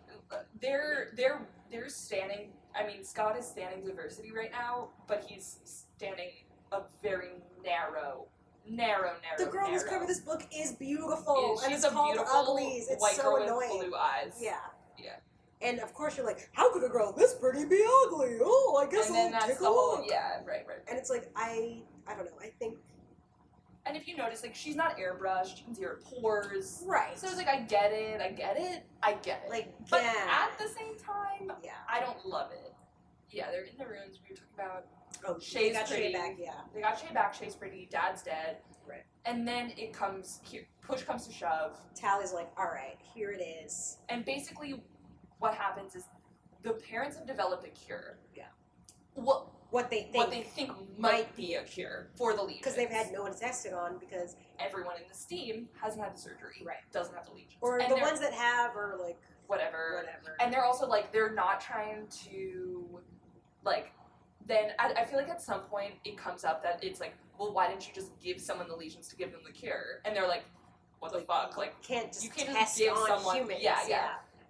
Speaker 2: they're they're they're standing. I mean, Scott is standing diversity right now, but he's standing a very narrow narrow, narrow.
Speaker 1: The girl
Speaker 2: narrow.
Speaker 1: who's covered this book is beautiful,
Speaker 2: She's
Speaker 1: and it's
Speaker 2: a
Speaker 1: called
Speaker 2: beautiful
Speaker 1: Uglies. It's
Speaker 2: white
Speaker 1: so
Speaker 2: girl
Speaker 1: annoying.
Speaker 2: with blue eyes.
Speaker 1: Yeah.
Speaker 2: Yeah.
Speaker 1: And of course you're like, how could a girl this pretty be ugly? Oh, I guess
Speaker 2: and then
Speaker 1: I'll
Speaker 2: that's
Speaker 1: take
Speaker 2: the
Speaker 1: a look.
Speaker 2: whole yeah, right, right.
Speaker 1: And it's like I, I don't know. I think
Speaker 2: And if you notice, like she's not airbrushed, you can see her pores.
Speaker 1: right.
Speaker 2: So it's like I get it, I get it, I get it.
Speaker 1: like
Speaker 2: but
Speaker 1: yeah,
Speaker 2: at the same time,
Speaker 1: yeah.
Speaker 2: I don't love it. Yeah, they're in the ruins we were talking about.
Speaker 1: Oh,
Speaker 2: Shay's
Speaker 1: she got Shay
Speaker 2: pretty.
Speaker 1: back. Yeah.
Speaker 2: They got Shay back, Shay's pretty, dad's dead.
Speaker 1: Right.
Speaker 2: And then it comes here push comes to shove.
Speaker 1: Tally's like, all right, here it is.
Speaker 2: And basically, what happens is the parents have developed a cure.
Speaker 1: Yeah.
Speaker 2: What
Speaker 1: What they
Speaker 2: what
Speaker 1: think
Speaker 2: they think might be a cure for the legion.
Speaker 1: because they've had no one to test it on because
Speaker 2: everyone in this team hasn't had the surgery.
Speaker 1: Right.
Speaker 2: Doesn't have the legion.
Speaker 1: or
Speaker 2: and
Speaker 1: the
Speaker 2: they're-
Speaker 1: ones that have are like
Speaker 2: whatever.
Speaker 1: whatever.
Speaker 2: And they're also like they're not trying to like. Then I, I feel like at some point it comes up that it's like, well, why didn't you just give someone the legions to give them the cure? And they're like, what the fuck? Like,
Speaker 1: can't just
Speaker 2: you can't just
Speaker 1: test
Speaker 2: give
Speaker 1: on
Speaker 2: someone-
Speaker 1: humans.
Speaker 2: yeah, yeah.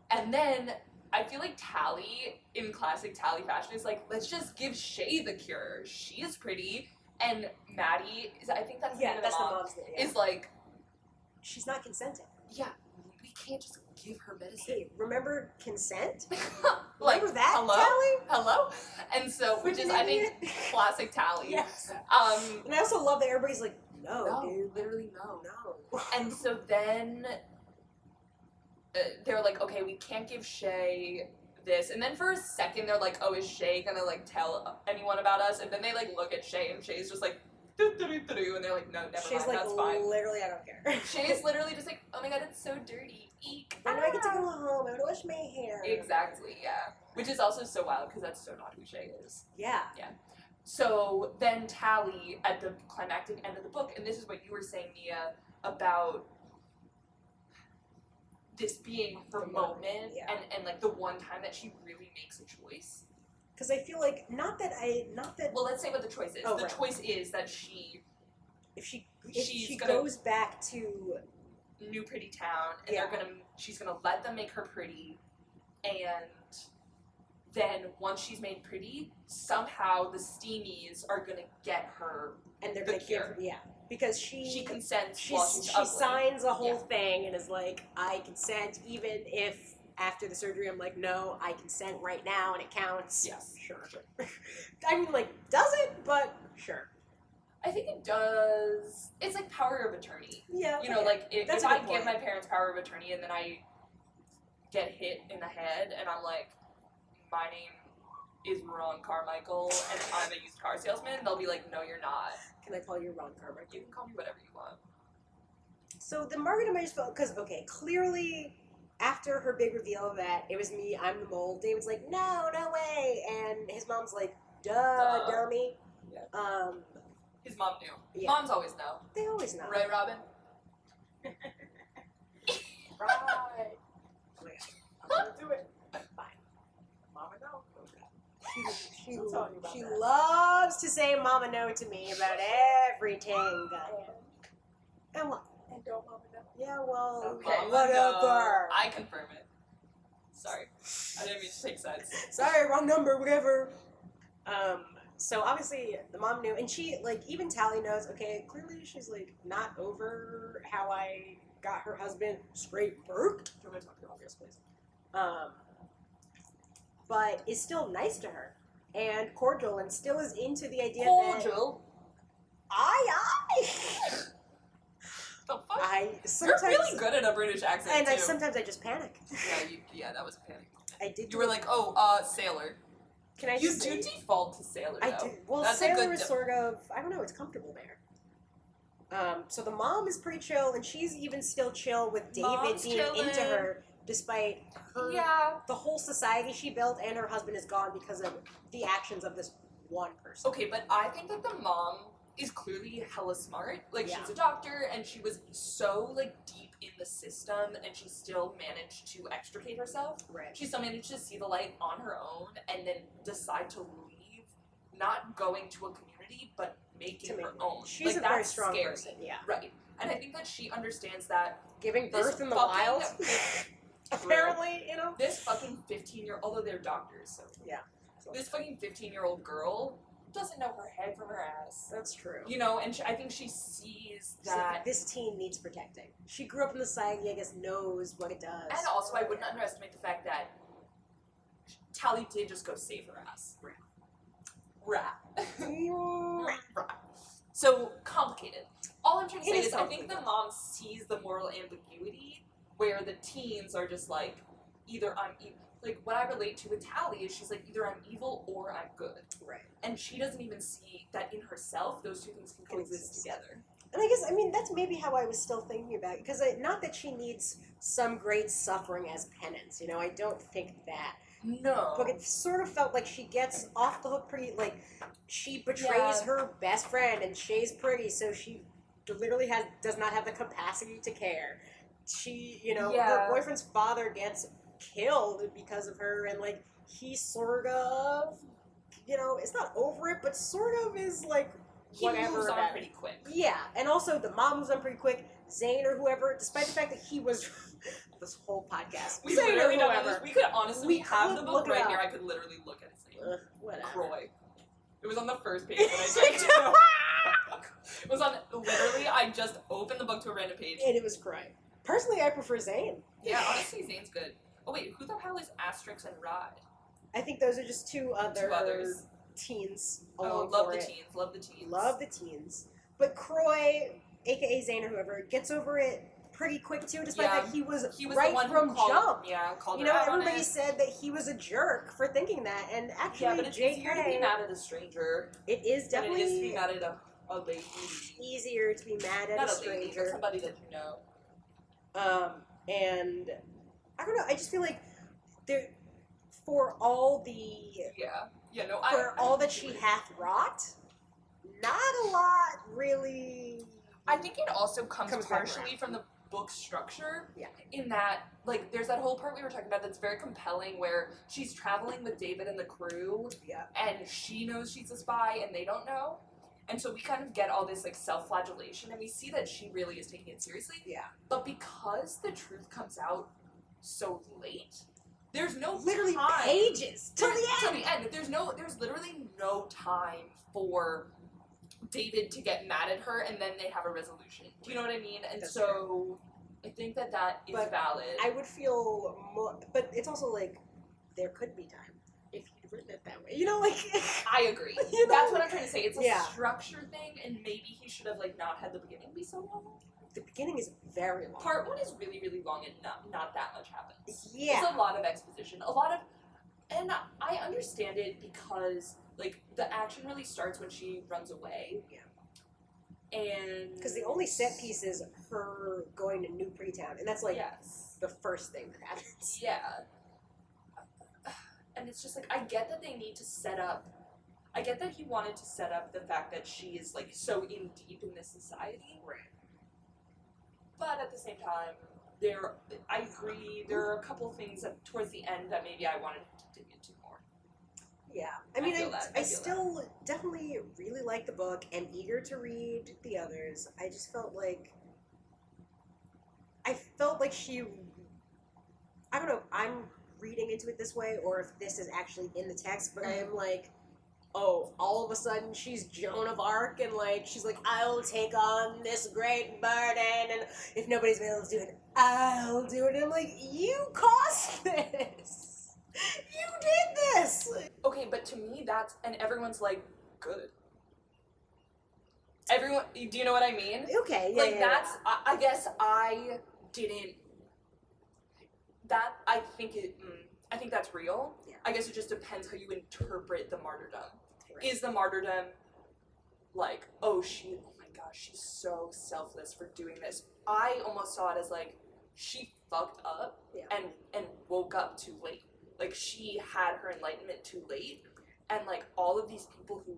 Speaker 2: and then I feel like Tally in classic Tally fashion is like, let's just give Shay the cure. She is pretty, and Maddie is. I think that's the
Speaker 1: Yeah,
Speaker 2: name of
Speaker 1: that's
Speaker 2: the
Speaker 1: the
Speaker 2: mom.
Speaker 1: mom's name. yeah.
Speaker 2: Is like,
Speaker 1: She's not consenting.
Speaker 2: yeah, we can't just give her medicine.
Speaker 1: Hey, remember consent?
Speaker 2: <laughs> like,
Speaker 1: remember that,
Speaker 2: hello?
Speaker 1: Tally?
Speaker 2: hello, and so which is I think classic
Speaker 1: <laughs>
Speaker 2: Tally.
Speaker 1: yes.
Speaker 2: Um,
Speaker 1: And I also love that everybody's like, no,
Speaker 2: no,
Speaker 1: Oh, dude,
Speaker 2: literally no.
Speaker 1: no.
Speaker 2: And so then uh, they're like, okay, we can't give Shay this. And then for a second, they're like, oh, is Shay gonna like tell anyone about us? And then they like look at Shay, and Shay's just like, doo doo doo doo, and they're like, no, never
Speaker 1: She's
Speaker 2: mind,
Speaker 1: like,
Speaker 2: that's fine.
Speaker 1: literally, I don't
Speaker 2: <laughs>
Speaker 1: care.
Speaker 2: Shay is literally just like, oh my god, it's so dirty. Eek.
Speaker 1: When do <laughs> I get to
Speaker 2: ah."
Speaker 1: go home? I want to wash my hair.
Speaker 2: Exactly, yeah. Which is also so wild because that's so not who Shay is.
Speaker 1: Yeah.
Speaker 2: So then Tally at the climactic end of the book, and this is what you were saying, Nia, about this being her
Speaker 1: The
Speaker 2: moment,
Speaker 1: moment, yeah.
Speaker 2: and, and like the one time that she really makes a choice.
Speaker 1: Because I feel like, not that I, not that
Speaker 2: Well, let's say what the choice is.
Speaker 1: Oh,
Speaker 2: the
Speaker 1: right.
Speaker 2: choice is that she
Speaker 1: if she, if
Speaker 2: She's
Speaker 1: she
Speaker 2: gonna-
Speaker 1: goes back to,
Speaker 2: knew Pretty Town, and
Speaker 1: Yeah.
Speaker 2: they're gonna she's gonna let them make her pretty, and then once she's made pretty, somehow the steamies are gonna get her.
Speaker 1: and they're
Speaker 2: The
Speaker 1: going to give
Speaker 2: cure.
Speaker 1: her, yeah. Because she,
Speaker 2: She consents while
Speaker 1: she's,
Speaker 2: she's
Speaker 1: she
Speaker 2: ugly.
Speaker 1: signs a whole thing and is like, I consent, even if after the surgery I'm like, no, I consent right now and it counts.
Speaker 2: Yes.
Speaker 1: Sure. <laughs> I mean, like, does it? But sure.
Speaker 2: I think it does. It's like power of attorney.
Speaker 1: Yeah.
Speaker 2: You know,
Speaker 1: okay.
Speaker 2: like if,
Speaker 1: That's
Speaker 2: if
Speaker 1: a
Speaker 2: I
Speaker 1: good
Speaker 2: give
Speaker 1: point.
Speaker 2: my parents power of attorney and then I get hit in the head and I'm like, my name is Ron Carmichael and I'm a used car salesman, they'll be like, no, you're not.
Speaker 1: Can I call you Ron Carmichael?
Speaker 2: You can call me whatever you want.
Speaker 1: So the Margaret and I just felt because okay, clearly after her big reveal that it was me, I'm the mole. David's like, no, no way, and his mom's like, duh,
Speaker 2: Duh.
Speaker 1: dummy.
Speaker 2: Yeah.
Speaker 1: Um,
Speaker 2: His mom knew.
Speaker 1: Yeah.
Speaker 2: Moms always know.
Speaker 1: they always know.
Speaker 2: Right, Robin?
Speaker 1: Right. Wait, I'm gonna do it. Fine. Mama, no. She, she,
Speaker 3: I'll tell you about
Speaker 1: she
Speaker 3: that.
Speaker 1: loves to say "Mama no" to me about everything. And what?
Speaker 3: And don't mama know.
Speaker 1: Yeah, well,
Speaker 2: Okay.
Speaker 1: whatever.
Speaker 2: I confirm it. Sorry. I didn't mean to take sides.
Speaker 1: sorry, wrong number, whatever. Um, so obviously the mom knew, and she like even Tally knows. Okay, clearly she's like not over how I got her husband straight burped.
Speaker 2: Do you want me to talk about this, please?
Speaker 1: Um, but is still nice to her and cordial, and still is into the idea that
Speaker 2: Cordial.
Speaker 1: I
Speaker 2: The
Speaker 1: I
Speaker 2: fuck?
Speaker 1: I
Speaker 2: You're
Speaker 1: sometimes
Speaker 2: really good at a British accent
Speaker 1: and
Speaker 2: too.
Speaker 1: I sometimes I just panic.
Speaker 2: yeah, you, yeah, that was a panic.
Speaker 1: I did.
Speaker 2: You were like, oh, uh, sailor.
Speaker 1: can I
Speaker 2: you
Speaker 1: just
Speaker 2: do
Speaker 1: say-
Speaker 2: default to sailor
Speaker 1: I
Speaker 2: though.
Speaker 1: do. Well,
Speaker 2: That's a
Speaker 1: Sailor
Speaker 2: good
Speaker 1: is
Speaker 2: dip.
Speaker 1: sort of, I don't know, it's comfortable there. Um, so the mom is pretty chill, and she's even still chill with David
Speaker 2: Mom's
Speaker 1: being into
Speaker 2: chillin'.
Speaker 1: her, despite her,
Speaker 2: Yeah.
Speaker 1: the whole society she built and her husband is gone because of the actions of this one person.
Speaker 2: Okay, but I think that the mom is clearly hella smart. Like
Speaker 1: Yeah.
Speaker 2: she's a doctor, and she was so like deep in the system, and she still managed to extricate herself.
Speaker 1: Right.
Speaker 2: She still managed to see the light on her own, and then decide to leave, not going to a community, but making
Speaker 1: To make
Speaker 2: her own.
Speaker 1: She's
Speaker 2: Like,
Speaker 1: a very
Speaker 2: that's
Speaker 1: strong
Speaker 2: scary.
Speaker 1: person, yeah.
Speaker 2: Right. And I think that she understands that
Speaker 1: Giving
Speaker 2: This
Speaker 1: birth in the
Speaker 2: fucking- <laughs>
Speaker 1: wild, <laughs> apparently, you know?
Speaker 2: this fucking 15 year although they're doctors so
Speaker 1: Yeah.
Speaker 2: this fucking 15 year old girl doesn't know her head from her ass.
Speaker 3: That's true.
Speaker 2: You know, and she, I think she sees
Speaker 1: She's like,
Speaker 2: that.
Speaker 1: this teen needs protecting. She grew up in the society, I guess, knows what it does.
Speaker 2: And also, I wouldn't underestimate the fact that Tally did just go save her ass.
Speaker 1: Right.
Speaker 2: Rat. So complicated. All I'm trying to
Speaker 1: It
Speaker 2: say
Speaker 1: is
Speaker 2: is, I think the
Speaker 1: complicated.
Speaker 2: mom sees the moral ambiguity where the teens are just like, either I'm evil. Like what I relate to with Tally is she's like either I'm evil or I'm good,
Speaker 1: <laughs> right.
Speaker 2: and she doesn't even see that in herself those two things can
Speaker 1: Can
Speaker 2: coexist
Speaker 1: exist.
Speaker 2: together.
Speaker 1: And I guess I mean that's maybe how I was still thinking about it because not that she needs some great suffering as penance, you know. I don't think that,
Speaker 2: No,
Speaker 1: but it sort of felt like she gets off the hook pretty. Like she betrays
Speaker 2: Yeah.
Speaker 1: her best friend, and she's pretty, so she literally has does not have the capacity to care. She, you know,
Speaker 2: Yeah.
Speaker 1: her boyfriend's father gets killed because of her, and like he sort of, you know, it's not over it, but sort of is like
Speaker 2: he
Speaker 1: whatever
Speaker 2: moves on
Speaker 1: about
Speaker 2: pretty quick.
Speaker 1: yeah, and also the mom moves on pretty quick. Zayn or whoever, despite the fact that he was <laughs> this whole podcast.
Speaker 2: We
Speaker 1: Zayn or
Speaker 2: literally don't know
Speaker 1: whoever.
Speaker 2: this. We could honestly
Speaker 1: We
Speaker 2: have
Speaker 1: could
Speaker 2: the book
Speaker 1: look it
Speaker 2: right
Speaker 1: up.
Speaker 2: here. I could literally look at his name.
Speaker 1: Ugh, <laughs> whatever.
Speaker 2: Croy. It was on the first
Speaker 1: <laughs>
Speaker 2: page that I checked. it was on literally. I just opened the book to a random page.
Speaker 1: And it was crying. Personally, I prefer Zayn.
Speaker 2: Yeah, honestly, Zane's good. Oh wait, who the hell is Asterix and Rod?
Speaker 1: I think those are just two other
Speaker 2: Two others.
Speaker 1: teens.
Speaker 2: Oh,
Speaker 1: along
Speaker 2: love
Speaker 1: for
Speaker 2: the
Speaker 1: it.
Speaker 2: teens. Love the teens.
Speaker 1: Love the teens. But Croy, aka Zayn or whoever, gets over it pretty quick too, despite
Speaker 2: Yeah.
Speaker 1: that he was,
Speaker 2: He was
Speaker 1: right
Speaker 2: the one
Speaker 1: from
Speaker 2: who called.
Speaker 1: jump.
Speaker 2: Yeah, called
Speaker 1: You
Speaker 2: her
Speaker 1: know,
Speaker 2: out on
Speaker 1: everybody
Speaker 2: it.
Speaker 1: said that he was a jerk for thinking that, and actually,
Speaker 2: Yeah, but it's
Speaker 1: JK,
Speaker 2: easier to be mad at a stranger
Speaker 1: it is
Speaker 2: than it
Speaker 1: definitely
Speaker 2: is to be mad at a, a lady.
Speaker 1: easier to be mad at
Speaker 2: Not
Speaker 1: a
Speaker 2: a lady, but
Speaker 1: stranger.
Speaker 2: somebody that you know.
Speaker 1: Um, and I don't know. I just feel like there, for all the
Speaker 2: Yeah, yeah. No, I.
Speaker 1: for
Speaker 2: I
Speaker 1: all that
Speaker 2: agree.
Speaker 1: she hath wrought, not a lot really.
Speaker 2: I think it also comes,
Speaker 1: Comes back
Speaker 2: partially from the book structure.
Speaker 1: Yeah.
Speaker 2: In that, like, there's that whole part we were talking about that's very compelling where she's traveling with David and the crew,
Speaker 1: Yeah.
Speaker 2: and she knows she's a spy and they don't know. And so we kind of get all this, like, self flagellation, and we see that she really is taking it seriously.
Speaker 1: Yeah.
Speaker 2: But because the truth comes out so late, there's no
Speaker 1: Literally
Speaker 2: time.
Speaker 1: pages till
Speaker 2: There-
Speaker 1: the end.
Speaker 2: There's no. There's literally no time for David to get mad at her, and then they have a resolution. Do you know what I mean? And
Speaker 1: That's
Speaker 2: so I think that that is
Speaker 1: But
Speaker 2: valid.
Speaker 1: I would feel more, but it's also like there could be time if you'd written it that way. You know, like <laughs>
Speaker 2: I <laughs> agree.
Speaker 1: You know?
Speaker 2: That's what I'm trying to say. It's a
Speaker 1: Yeah.
Speaker 2: structure thing, and maybe he should have like not had the beginning be so long.
Speaker 1: the beginning is very long.
Speaker 2: Part one is really, really long, and not not that much happens.
Speaker 1: yeah.
Speaker 2: It's a lot of exposition. A lot of and I understand it because like the action really starts when she runs away.
Speaker 1: Yeah.
Speaker 2: And
Speaker 1: Because the only set piece is her going to New Pretown, and that's like
Speaker 2: yes.
Speaker 1: the first thing that happens.
Speaker 2: Yeah. And it's just like I get that they need to set up I get that he wanted to set up the fact that she is like so in deep in this society.
Speaker 1: Right.
Speaker 2: But at the same time, there I agree there are a couple things that, towards the end that maybe I wanted to dig into more.
Speaker 1: Yeah.
Speaker 2: I
Speaker 1: I mean, I,
Speaker 2: feel that, I
Speaker 1: I,
Speaker 2: feel
Speaker 1: still definitely really like the book and eager to read the others. I just felt like. I felt like she. I don't know if I'm reading into it this way or if this is actually in the text, but I
Speaker 2: Mm-hmm.
Speaker 1: am like, oh, all of a sudden she's Joan of Arc and like, she's like, I'll take on this great burden and if nobody's been able to do it, I'll do it. And I'm like, you caused this! You did this!
Speaker 2: Okay, but to me, that's and everyone's like good. Everyone, do you know what I mean?
Speaker 1: Okay, yeah,
Speaker 2: like
Speaker 1: yeah,
Speaker 2: that's. I, I guess I didn't. That I think it. Mm, I think that's real.
Speaker 1: Yeah.
Speaker 2: I guess it just depends how you interpret the martyrdom.
Speaker 1: yeah.
Speaker 2: Is the martyrdom like, oh she, oh my gosh, she's so selfless for doing this. I almost saw it as like she fucked up
Speaker 1: Yeah.
Speaker 2: and and woke up too late. Like she had her enlightenment too late, and like all of these people who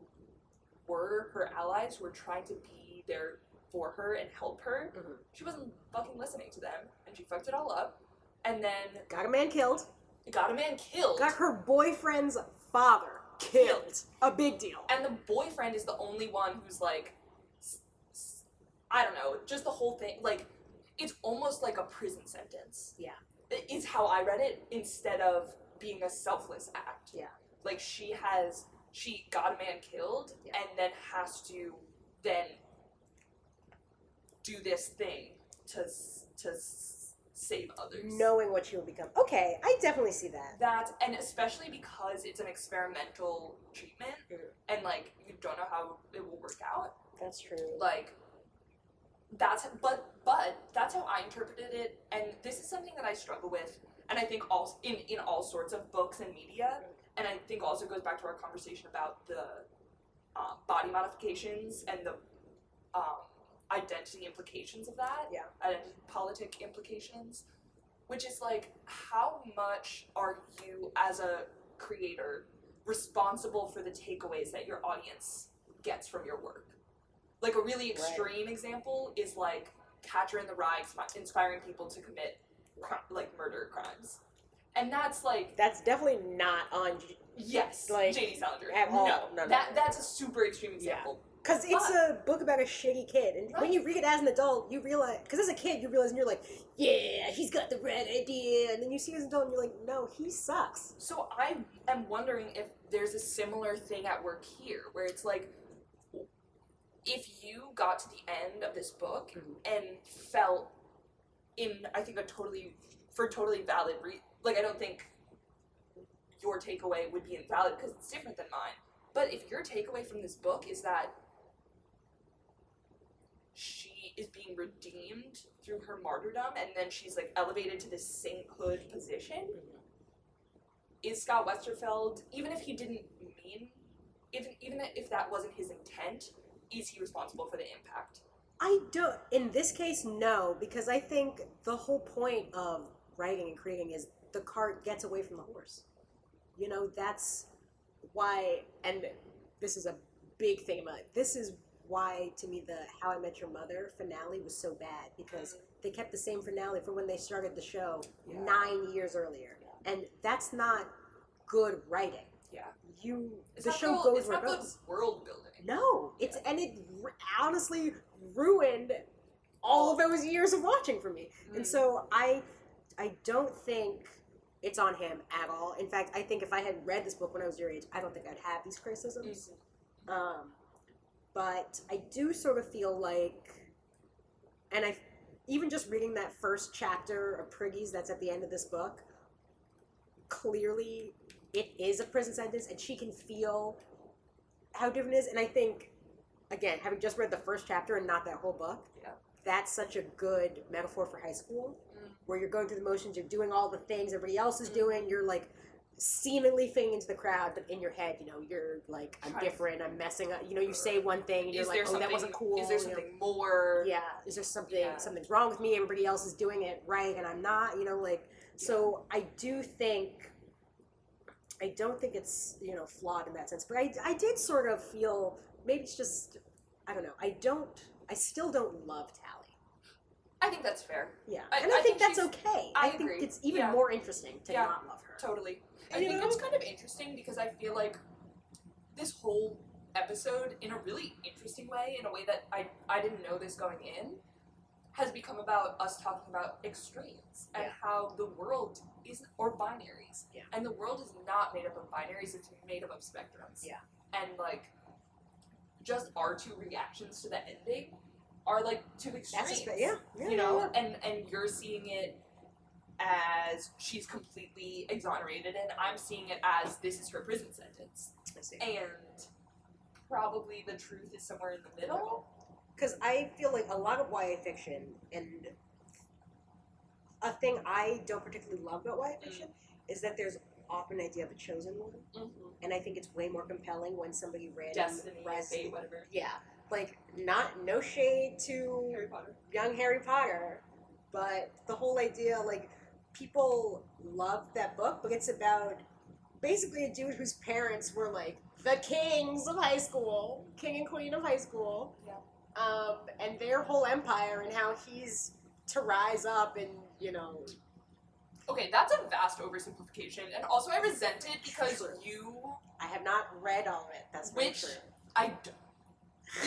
Speaker 2: were her allies were trying to be there for her and help her.
Speaker 1: Mhm.
Speaker 2: She wasn't fucking listening to them, and she fucked it all up. And then
Speaker 1: got a man killed,
Speaker 2: got a man killed.
Speaker 1: got her boyfriend's father killed.
Speaker 2: Killed.
Speaker 1: A big deal.
Speaker 2: and the boyfriend is the only one who's like s- s- i don't know just the whole thing like it's almost like a prison sentence
Speaker 1: Yeah.
Speaker 2: I- is how i read it instead of being a selfless act
Speaker 1: Yeah.
Speaker 2: like she has she got a man killed
Speaker 1: Yeah.
Speaker 2: and then has to then do this thing to s- to s- save others.
Speaker 1: knowing what she will become. Okay, I definitely see that.
Speaker 2: That and especially because it's an experimental treatment
Speaker 1: Mhm.
Speaker 2: and like you don't know how it will work out.
Speaker 1: That's true.
Speaker 2: like that's but but that's how I interpreted it and this is something that I struggle with and I think also in in all sorts of books and media and I think also goes back to our conversation about the um, body modifications and the um, identity implications of that
Speaker 1: Yeah.
Speaker 2: identity politic implications which is like how much are you as a creator responsible for the takeaways that your audience gets from your work like a really
Speaker 1: Right.
Speaker 2: extreme example is like catcher in the rye expi- inspiring people to commit cri- like murder crimes and that's like
Speaker 1: That's definitely not on
Speaker 2: yes
Speaker 1: Like,
Speaker 2: j.d salinger
Speaker 1: at all.
Speaker 2: no,
Speaker 1: No, no,
Speaker 2: that
Speaker 1: no.
Speaker 2: that's a super extreme example
Speaker 1: because it's a book about a shitty kid, and when you read it as an adult, you realize because as a kid you realize and you're like, yeah, he's got the right idea, and then you see it as an adult and you're like, no, he sucks.
Speaker 2: So I am wondering if there's a similar thing at work here, where it's like, if you got to the end of this book
Speaker 1: Mhm.
Speaker 2: and felt, in I think a totally, for totally valid re, like I don't think your takeaway would be invalid because it's different than mine. But if your takeaway from this book is that she is being redeemed through her martyrdom and then she's like elevated to this sainthood position, is Scott Westerfeld, even if he didn't mean, even even if that wasn't his intent, is he responsible for the impact?
Speaker 1: I don't. In this case, no, because I think the whole point of writing and creating is the cart gets away from the horse. You know, that's why, and this is a big thing about this is why to me the How I Met Your Mother finale was so bad because they kept the same finale for when they started the show
Speaker 2: Yeah.
Speaker 1: nine years earlier, and that's not good writing.
Speaker 2: Yeah.
Speaker 1: You
Speaker 2: It's
Speaker 1: the
Speaker 2: not
Speaker 1: show
Speaker 2: real-
Speaker 1: goes
Speaker 2: it's
Speaker 1: where
Speaker 2: not
Speaker 1: it
Speaker 2: good
Speaker 1: goes.
Speaker 2: world building.
Speaker 1: No, it's and it r- honestly ruined all of those years of watching for me.
Speaker 2: Mm.
Speaker 1: And so I, I don't think it's on him at all. In fact, I think if I had read this book when I was your age, I don't think I'd have these criticisms. Um, but I do sort of feel like, and I, even just reading that first chapter of Priggy's that's at the end of this book, clearly it is a prison sentence, and she can feel how different it is. And I think, again, having just read the first chapter and not that whole book,
Speaker 2: Yeah.
Speaker 1: that's such a good metaphor for high school,
Speaker 2: Mm.
Speaker 1: where you're going through the motions, you're doing all the things everybody else
Speaker 2: Mm-hmm.
Speaker 1: is doing, you're like seemingly fitting into the crowd, but in your head, you know, you're like, I'm
Speaker 2: Trying to-
Speaker 1: different, I'm messing up. You know, you say one thing, and you're
Speaker 2: is
Speaker 1: like,
Speaker 2: there
Speaker 1: oh,
Speaker 2: something?
Speaker 1: that wasn't cool.
Speaker 2: Is there
Speaker 1: you know?
Speaker 2: something more?
Speaker 1: yeah is there something
Speaker 2: Yeah.
Speaker 1: something's wrong with me everybody else is doing it right and i'm not you know like so i do think i don't think it's you know flawed in that sense but i, I did sort of feel maybe it's just i don't know i don't i still don't love tally
Speaker 2: I think that's fair.
Speaker 1: yeah
Speaker 2: I-
Speaker 1: and i,
Speaker 2: I
Speaker 1: think,
Speaker 2: think
Speaker 1: that's
Speaker 2: she's-
Speaker 1: okay
Speaker 2: I
Speaker 1: think
Speaker 2: agree.
Speaker 1: it's even
Speaker 2: Yeah.
Speaker 1: more interesting to
Speaker 2: Yeah.
Speaker 1: not love her
Speaker 2: Totally. I
Speaker 1: You
Speaker 2: think
Speaker 1: know?
Speaker 2: it's kind of interesting because I feel like this whole episode, in a really interesting way, in a way that I, I didn't know this going in, has become about us talking about extremes and
Speaker 1: Yeah.
Speaker 2: how the world is, or binaries.
Speaker 1: Yeah.
Speaker 2: And the world is not made up of binaries, it's made up of spectrums.
Speaker 1: Yeah.
Speaker 2: And like, just our two reactions to the ending are like two
Speaker 1: that's
Speaker 2: extremes
Speaker 1: just yeah, yeah
Speaker 2: you know
Speaker 1: yeah.
Speaker 2: and and you're seeing it as she's completely exonerated and i'm seeing it as this is her prison sentence
Speaker 1: I see.
Speaker 2: and probably the truth is somewhere in the middle
Speaker 1: because I feel like a lot of YA fiction and a thing I don't particularly love about YA fiction is that there's often an idea of a chosen one, and I think it's way more compelling when somebody random
Speaker 2: destiny
Speaker 1: res-
Speaker 2: fate whatever
Speaker 1: Yeah, like not no shade to
Speaker 2: harry potter
Speaker 1: young Harry Potter, but the whole idea like people love that book, but it's about basically a dude whose parents were like the kings of high school, king and queen of high school,
Speaker 2: Yeah.
Speaker 1: um, and their whole empire and how he's to rise up and you know
Speaker 2: okay that's a vast oversimplification and also i resent it because
Speaker 1: True.
Speaker 2: you
Speaker 1: I have not read all of it. That's very
Speaker 2: Which-
Speaker 1: true.
Speaker 2: i d-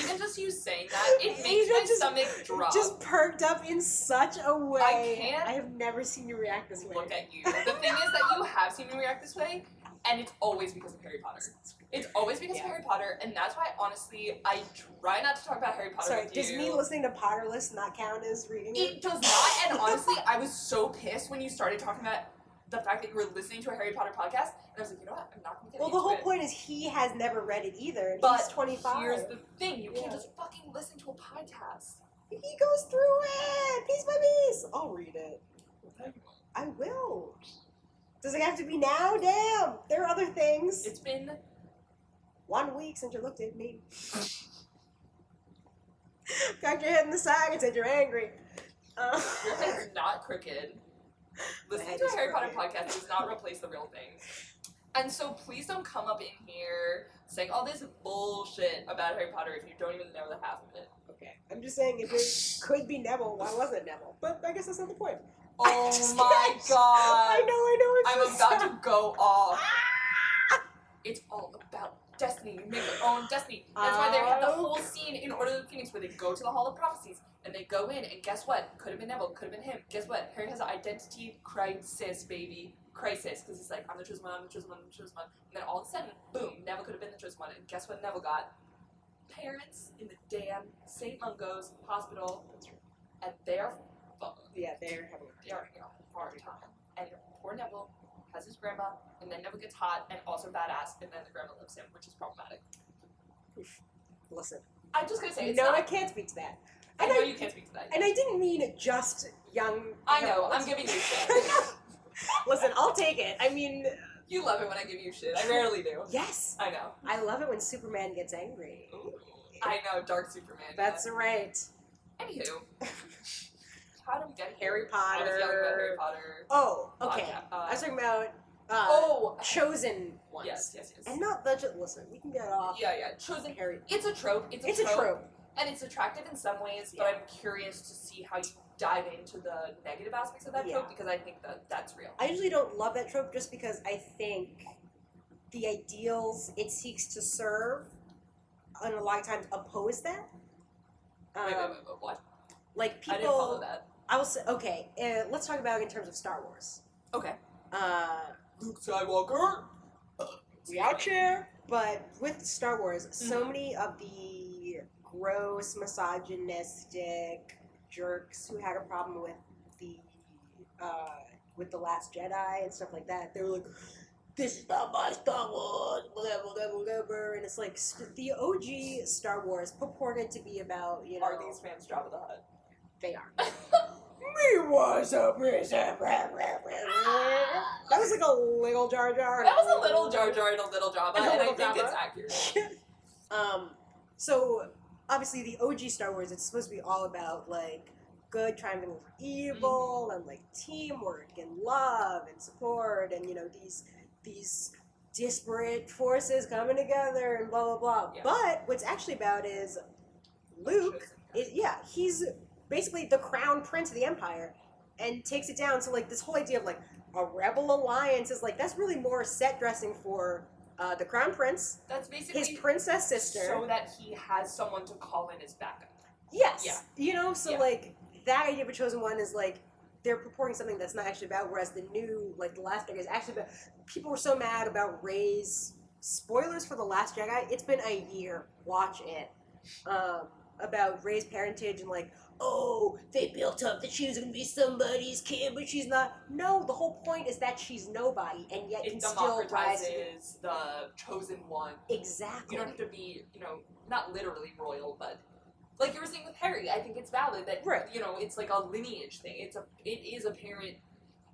Speaker 2: even just you saying that
Speaker 1: <laughs>
Speaker 2: it makes my
Speaker 1: Just-
Speaker 2: stomach
Speaker 1: <laughs>
Speaker 2: drop
Speaker 1: Just perked up in such a way.
Speaker 2: I can't
Speaker 1: I have never seen you react this way.
Speaker 2: look at you. The thing is that you have seen me react this way, and it's always because of Harry Potter. It's always because
Speaker 1: Yeah.
Speaker 2: of Harry Potter, and that's why honestly I try not to talk about Harry Potter
Speaker 1: Sorry,
Speaker 2: with
Speaker 1: does
Speaker 2: you.
Speaker 1: me listening to Potterless not count as reading it?
Speaker 2: It does not, and honestly, I was so pissed when you started talking about the fact that you were listening to a Harry Potter podcast, and I was like, you know what, I'm not gonna get
Speaker 1: Well, the
Speaker 2: into
Speaker 1: whole
Speaker 2: it.
Speaker 1: point is he has never read it either, and
Speaker 2: But
Speaker 1: he's 25.
Speaker 2: Here's the thing: you
Speaker 1: Yeah.
Speaker 2: can't just fucking listen to a podcast.
Speaker 1: He goes through it piece by piece. I'll read it. I will. Does it have to be now? Damn. There are other things.
Speaker 2: It's been
Speaker 1: One week since you looked at me. Got your head in the side and said you're angry. Uh, <laughs>
Speaker 2: your head's not crooked. Listening
Speaker 1: head
Speaker 2: to a
Speaker 1: is
Speaker 2: Harry Potter
Speaker 1: crooked.
Speaker 2: podcast does not replace the real thing. And so please don't come up in here saying all this bullshit about Harry Potter if you don't even know the half of it.
Speaker 1: okay. I'm just saying if it could be Neville, why wasn't it Neville? But I guess that's not the point.
Speaker 2: Oh
Speaker 1: just
Speaker 2: my
Speaker 1: can't. <laughs> I
Speaker 2: god!
Speaker 1: know, I know. It's
Speaker 2: I'm
Speaker 1: just
Speaker 2: about to go off. It's all about destiny. You make your own destiny. That's why they had the whole scene in Order of the Phoenix where they go to the Hall of Prophecies and they go in and guess what? Could have been Neville. Could have been him. Guess what? Harry has an identity crisis, baby. Crisis, because he's like, I'm the chosen one. I'm the chosen one. I'm the chosen one. And then all of a sudden, boom! Neville could have been the chosen one. And guess what? Neville got parents in the damn St. Mungo's hospital, and they're fucked
Speaker 1: Yeah, they're having a
Speaker 2: they are having a hard time. And poor Neville has his grandma, and then Neville gets hot and also badass, and then the grandma loves him, which is problematic.
Speaker 1: Listen,
Speaker 2: I'm just gonna say it's
Speaker 1: no, I
Speaker 2: not.
Speaker 1: can't speak to that.
Speaker 2: I
Speaker 1: And
Speaker 2: know
Speaker 1: I,
Speaker 2: you can't speak to that.
Speaker 1: and I didn't mean just young.
Speaker 2: I know.
Speaker 1: Neville.
Speaker 2: I'm giving you shit.
Speaker 1: <laughs> Listen, I'll take it. I mean,
Speaker 2: You love it when I give you shit. I rarely do.
Speaker 1: yes,
Speaker 2: I know.
Speaker 1: I love it when Superman gets angry.
Speaker 2: Ooh. I know. Dark Superman. yeah.
Speaker 1: That's right. <laughs>
Speaker 2: Anywho. How do we get here?
Speaker 1: Harry
Speaker 2: I was yelling about Harry
Speaker 1: Potter.
Speaker 2: Potter.
Speaker 1: Oh, okay.
Speaker 2: Podcast.
Speaker 1: I was
Speaker 2: Uh,
Speaker 1: talking about uh,
Speaker 2: oh.
Speaker 1: chosen ones,
Speaker 2: Yes. Yes. Yes.
Speaker 1: and not legend. Listen, we can get off
Speaker 2: yeah. Yeah. Chosen.
Speaker 1: Harry.
Speaker 2: It's a trope. It's a
Speaker 1: It's a
Speaker 2: trope.
Speaker 1: trope.
Speaker 2: and it's attractive in some ways, but I'm curious to see how you dive into the negative aspects of that
Speaker 1: Yeah.
Speaker 2: trope because I think that that's real.
Speaker 1: I usually don't love that trope just because I think the ideals it seeks to serve, and a lot of times oppose that. Um,
Speaker 2: wait, wait, wait, wait, what?
Speaker 1: Like people,
Speaker 2: I didn't follow that.
Speaker 1: I will say, okay, uh, let's talk about it in terms of Star Wars.
Speaker 2: Okay.
Speaker 1: Uh,
Speaker 2: Luke Skywalker.
Speaker 1: we out here. But with Star Wars, so
Speaker 2: Mm-hmm.
Speaker 1: many of the gross, misogynistic jerks who had a problem with the uh, with the Last Jedi and stuff like that, they were like, "This is not my Star Wars," whatever, whatever, whatever. And it's like st- the OG Star Wars purported to be about you know
Speaker 2: Are these fans Jabba the Hutt?
Speaker 1: they are. Me was a prison. That was like a little Jar Jar.
Speaker 2: That was a little Jar Jar and a little Jabba,
Speaker 1: And
Speaker 2: and,
Speaker 1: a
Speaker 2: I
Speaker 1: little
Speaker 2: think
Speaker 1: Jabba.
Speaker 2: it's accurate.
Speaker 1: Um, so obviously the OG Star Wars, it's supposed to be all about like good triumphing over evil and like teamwork and love and support and you know these these disparate forces coming together and blah blah blah.
Speaker 2: Yeah.
Speaker 1: But what's actually about is Luke is yeah, he's basically the crown prince of the empire and takes it down. So like this whole idea of like a rebel alliance is like that's really more set dressing for uh, the crown prince,
Speaker 2: That's
Speaker 1: his
Speaker 2: basically
Speaker 1: princess sister.
Speaker 2: so that he has someone to call in as backup.
Speaker 1: Yes.
Speaker 2: Yeah.
Speaker 1: You know, so
Speaker 2: Yeah.
Speaker 1: like that idea of a chosen one is like they're purporting something that's not actually about, whereas the new, like the last Jedi is actually about people were so mad about Ray's spoilers for The Last Jedi, it's been a year. Watch it. Um about Ray's parentage and like, oh, they built up that she was gonna be somebody's kid, but she's not. No, the whole point is that she's nobody and yet can
Speaker 2: It
Speaker 1: still rise. to the-
Speaker 2: democratizes the chosen one
Speaker 1: Exactly.
Speaker 2: you don't have to be, you know, not literally royal, but like you were saying with Harry, I think it's valid that
Speaker 1: Right.
Speaker 2: you know it's like a lineage thing. It's a it is a parent.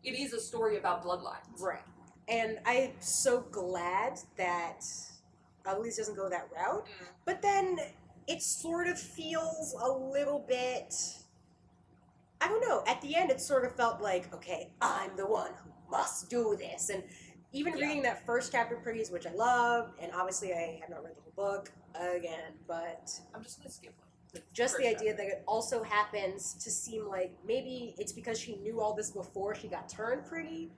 Speaker 2: It is a story about bloodlines.
Speaker 1: Right. And I'm so glad that at least doesn't go that route.
Speaker 2: Mm.
Speaker 1: But then it sort of feels a little bit. I don't know. At the end, it sort of felt like, okay, I'm the one who must do this. And even
Speaker 2: Yeah.
Speaker 1: reading that first chapter praise, which I loved, and obviously I have not read the whole book again, but
Speaker 2: I'm just gonna skip one.
Speaker 1: just the
Speaker 2: First
Speaker 1: idea that it also happens to seem like maybe it's because she knew all this before she got turned pretty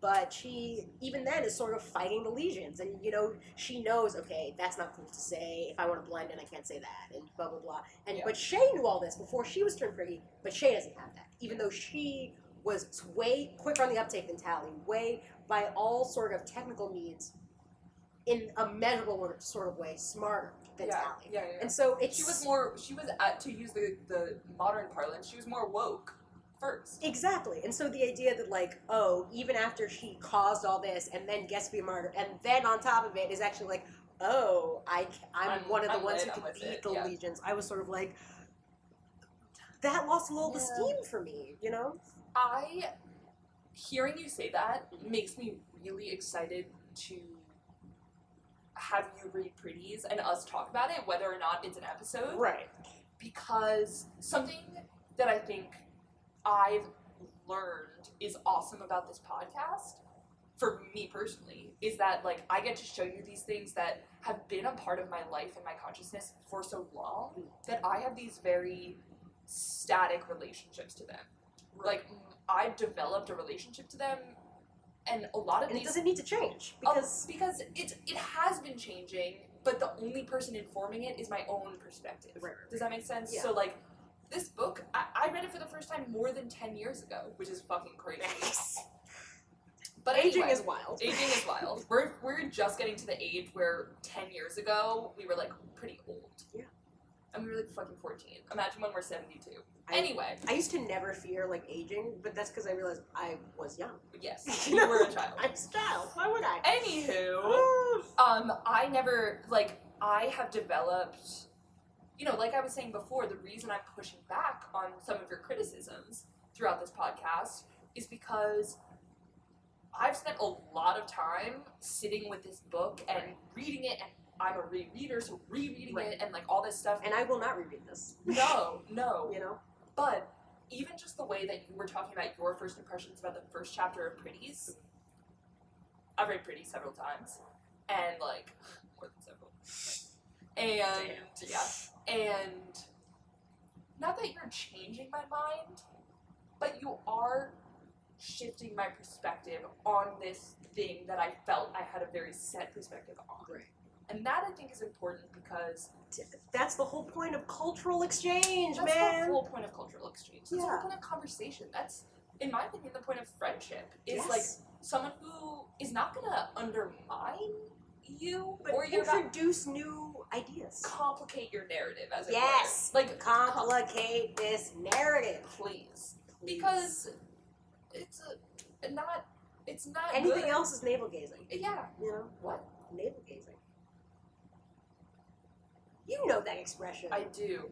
Speaker 1: but she even then is sort of fighting the legions and you know she knows okay that's not cool to say if i want to blend in i can't say that and blah blah blah and
Speaker 2: Yeah.
Speaker 1: but shay knew all this before she was turned pretty but shay doesn't have that even though she was way quicker on the uptake than tally way by all sort of technical means, in a measurable sort of way, smarter than
Speaker 2: yeah,
Speaker 1: Tally.
Speaker 2: yeah, yeah.
Speaker 1: And so it's
Speaker 2: she was more. She was at to use the the modern parlance. She was more woke first.
Speaker 1: Exactly. And so the idea that like, oh, even after she caused all this and then gets to be a martyr and then on top of it is actually like, oh, I am
Speaker 2: I'm-
Speaker 1: one of the
Speaker 2: I'm
Speaker 1: ones
Speaker 2: lit,
Speaker 1: who
Speaker 2: I'm
Speaker 1: can
Speaker 2: with
Speaker 1: beat
Speaker 2: it,
Speaker 1: the
Speaker 2: yeah.
Speaker 1: legions. I was sort of like that lost a little the
Speaker 2: Yeah.
Speaker 1: steam for me, you know?
Speaker 2: I hearing you say that makes me really excited to have you read Pretties and us talk about it, whether or not it's an episode.
Speaker 1: Right.
Speaker 2: because something that I think I've learned is awesome about this podcast for me personally is that like I get to show you these things that have been a part of my life and my consciousness for so long that I have these very static relationships to them. Like I've developed a relationship to them and a lot of
Speaker 1: And it
Speaker 2: these
Speaker 1: doesn't need to change
Speaker 2: um,
Speaker 1: because
Speaker 2: because it it has been changing, but the only person informing it is my own perspective.
Speaker 1: Right, right,
Speaker 2: Does that make sense?
Speaker 1: Yeah.
Speaker 2: So like this book, I, I read it for the first time more than ten years ago, which is fucking crazy. <laughs> But
Speaker 1: aging
Speaker 2: anyway,
Speaker 1: is wild.
Speaker 2: aging is wild. We're we're just getting to the age where ten years ago we were like pretty old.
Speaker 1: Yeah.
Speaker 2: And we were like fucking fourteen. Imagine when we're seventy two.
Speaker 1: I-
Speaker 2: Anyway,
Speaker 1: I used to never fear like aging, but that's because I realized I was young. <laughs>
Speaker 2: yes, you were a child.
Speaker 1: I'm a child. Why would I?
Speaker 2: Anywho. um i never like i have developed you know like i was saying before the reason i'm pushing back on some of your criticisms throughout this podcast is because i've spent a lot of time sitting with this book and reading it and i'm a rereader so rereading
Speaker 1: Right.
Speaker 2: it and like all this stuff
Speaker 1: And I will not reread this.
Speaker 2: no
Speaker 1: <laughs>
Speaker 2: no
Speaker 1: You know?
Speaker 2: but even just the way that you were talking about your first impressions about the first chapter of Pretties, I've read Pretty several times, and like <laughs> more than several, and yeah, and not that you're changing my mind, but you are shifting my perspective on this thing that I felt I had a very set perspective on,
Speaker 1: Right.
Speaker 2: and that I think is important because
Speaker 1: That's the whole point of cultural exchange,
Speaker 2: That's
Speaker 1: man.
Speaker 2: the whole point of cultural exchange. That's
Speaker 1: Yeah.
Speaker 2: the whole point of conversation. That's, in my opinion, the point of friendship. Is
Speaker 1: Yes.
Speaker 2: like someone who is not gonna undermine you,
Speaker 1: but
Speaker 2: or you're not
Speaker 1: introduce new ideas.
Speaker 2: complicate your narrative as it
Speaker 1: Yes.
Speaker 2: were. Like
Speaker 1: Complicate this narrative.
Speaker 2: please, because it's a not. It's not
Speaker 1: anything
Speaker 2: good.
Speaker 1: else is navel gazing.
Speaker 2: Yeah.
Speaker 1: You know
Speaker 2: What
Speaker 1: navel gazing. You know that expression.
Speaker 2: I do.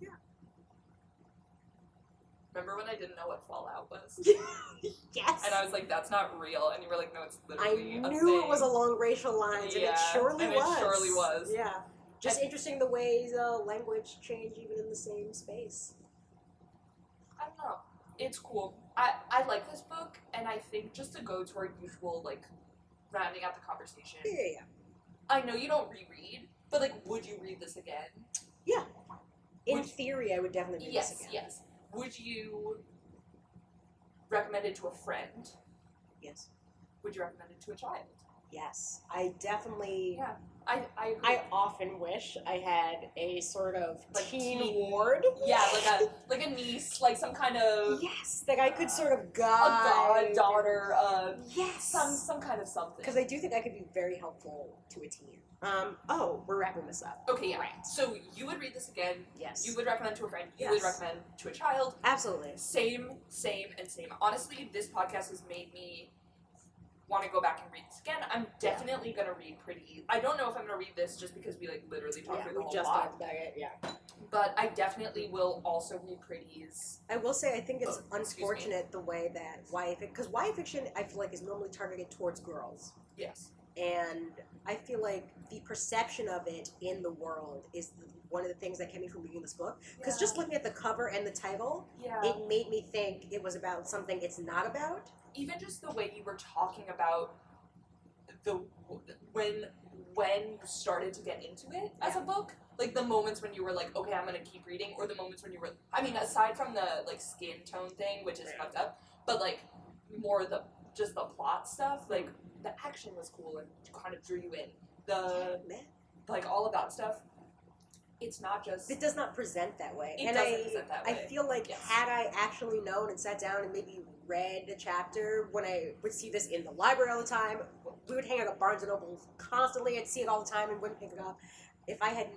Speaker 1: Yeah.
Speaker 2: Remember when I didn't know what Fallout was?
Speaker 1: yes.
Speaker 2: And I was like, that's not real. And you were like, no, it's
Speaker 1: I
Speaker 2: literally a
Speaker 1: knew it
Speaker 2: thing."
Speaker 1: was along racial lines, and it
Speaker 2: Yeah,
Speaker 1: surely
Speaker 2: and it
Speaker 1: was.
Speaker 2: surely was.
Speaker 1: Yeah. Just interesting the ways uh, language change even in the same space.
Speaker 2: I don't know. It's cool. I, I like this book, and I think just to go to our usual, like, rounding out the conversation,
Speaker 1: Yeah, yeah, yeah.
Speaker 2: I know you don't reread, but, like, would you read this again?
Speaker 1: In
Speaker 2: Would-
Speaker 1: theory, I would definitely do
Speaker 2: yes,
Speaker 1: this again.
Speaker 2: yes. Would you recommend it to a friend?
Speaker 1: Yes.
Speaker 2: Would you recommend it to a child?
Speaker 1: Yes. I definitely.
Speaker 2: Yeah. I, I agree.
Speaker 1: I often wish I had a sort of
Speaker 2: Like
Speaker 1: teen,
Speaker 2: teen-
Speaker 1: ward.
Speaker 2: yeah, like a like a niece, like some kind of
Speaker 1: Yes, like I could sort of
Speaker 2: a
Speaker 1: guide.
Speaker 2: goddaughter, uh, some
Speaker 1: Yes.
Speaker 2: some kind of something.
Speaker 1: Because I do think I could be very helpful to a teen. Um. Oh, we're wrapping this up.
Speaker 2: okay, yeah. So you would read this again.
Speaker 1: Yes.
Speaker 2: You would recommend to a friend. You would
Speaker 1: Yes.
Speaker 2: recommend to a child.
Speaker 1: Absolutely.
Speaker 2: Same, same, and same. Honestly, this podcast has made me want to go back and read this again. I'm definitely gonna read pretty. E. I don't know if I'm gonna read this just because we like literally talked
Speaker 1: Yeah,
Speaker 2: through the
Speaker 1: we
Speaker 2: whole
Speaker 1: just
Speaker 2: lot,
Speaker 1: talked about it. Yeah.
Speaker 2: but I definitely will also read pretties.
Speaker 1: I will say I think it's
Speaker 2: Oh, excuse me.
Speaker 1: unfortunate the way that YA fiction, because YA fiction I feel like is normally targeted towards girls.
Speaker 2: Yes,
Speaker 1: and I feel like the perception of it in the world is one of the things that kept me from reading this book. Because just looking at the cover and the title,
Speaker 2: yeah,
Speaker 1: it made me think it was about something it's not about.
Speaker 2: even just the way you were talking about the when when you started to get into it as a book like the moments when you were like okay i'm gonna keep reading or the moments when you were i mean aside from the like skin tone thing which is
Speaker 1: Right.
Speaker 2: fucked up but like more the just the plot stuff like the Uh, action was cool and kind of drew you in the
Speaker 1: Man,
Speaker 2: like all of that stuff it's not just
Speaker 1: It does not present that way.
Speaker 2: It
Speaker 1: and
Speaker 2: doesn't
Speaker 1: I,
Speaker 2: present that
Speaker 1: I
Speaker 2: way.
Speaker 1: feel like
Speaker 2: Yes.
Speaker 1: had I actually known and sat down and maybe read a chapter when I would see this in the library all the time, we would hang out at Barnes and Noble constantly. I'd see it all the time and wouldn't pick it up. If I had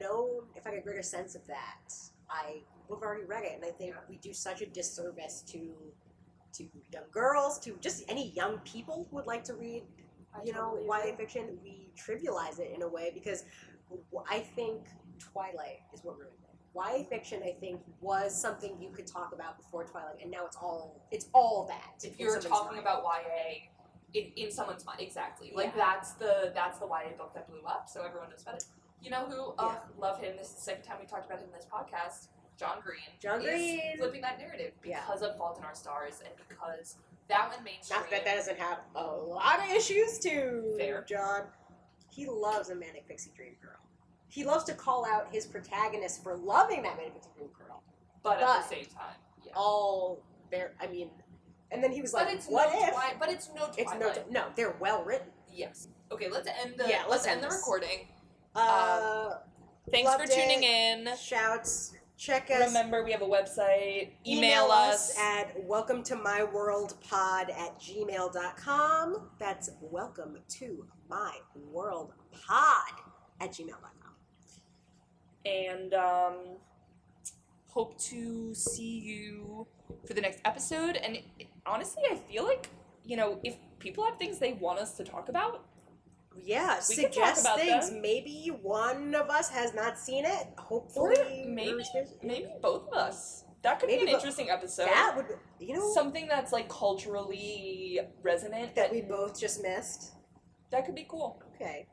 Speaker 1: known, if I had a greater sense of that, I would have already read it. And I think we do such a disservice to to young girls, to just any young people who would like to read
Speaker 2: I
Speaker 1: you know,
Speaker 2: totally
Speaker 1: YA
Speaker 2: agree.
Speaker 1: fiction, we trivialize it in a way because w- I think Twilight is what ruined it. YA fiction, I think, was something you could talk about before Twilight, and now it's all it's all that.
Speaker 2: if you're
Speaker 1: in somebody's
Speaker 2: talking
Speaker 1: mind.
Speaker 2: about YA in, in someone's mind exactly like
Speaker 1: Yeah.
Speaker 2: that's the that's the YA book that blew up so everyone knows about it you know who uh, love him this is the second time we talked about him in this podcast John Green
Speaker 1: John
Speaker 2: is
Speaker 1: Green.
Speaker 2: flipping that narrative
Speaker 1: Yeah.
Speaker 2: because of Fault in Our Stars and because that went mainstream
Speaker 1: not that that doesn't have a lot of issues too.
Speaker 2: Fair.
Speaker 1: John, he loves a manic pixie dream girl. He loves to call out his protagonist for loving that manic pixie dream girl.
Speaker 2: but, at
Speaker 1: but-
Speaker 2: the same time yeah.
Speaker 1: All there, I mean, and then he was like,
Speaker 2: but it's
Speaker 1: "What
Speaker 2: no
Speaker 1: if?"
Speaker 2: Twi- but it's no
Speaker 1: it's no,
Speaker 2: Twilight.
Speaker 1: no, they're well written.
Speaker 2: yes okay let's end the
Speaker 1: Yeah, let's
Speaker 2: end,
Speaker 1: end
Speaker 2: the
Speaker 1: this.
Speaker 2: recording Um,
Speaker 1: Uh,
Speaker 2: thanks
Speaker 1: Loved
Speaker 2: for tuning
Speaker 1: it.
Speaker 2: in
Speaker 1: shouts. Check us.
Speaker 2: remember we have a website email, us
Speaker 1: at welcome to my world pod at gmail.com. That's welcome to my world pod at gmail.com.
Speaker 2: and um, hope to see you for the next episode. And it- honestly, I feel like you know if people have things they want us to talk about,
Speaker 1: Yeah,
Speaker 2: We can talk
Speaker 1: suggest
Speaker 2: about
Speaker 1: things.
Speaker 2: them.
Speaker 1: Maybe one of us has not seen it. Hopefully,
Speaker 2: maybe-
Speaker 1: yours is-
Speaker 2: maybe both of us. That could
Speaker 1: Maybe
Speaker 2: be an
Speaker 1: bo-
Speaker 2: interesting episode.
Speaker 1: that would be- you know
Speaker 2: Something that's like culturally resonant
Speaker 1: that we both just missed.
Speaker 2: that could be cool.
Speaker 1: Okay,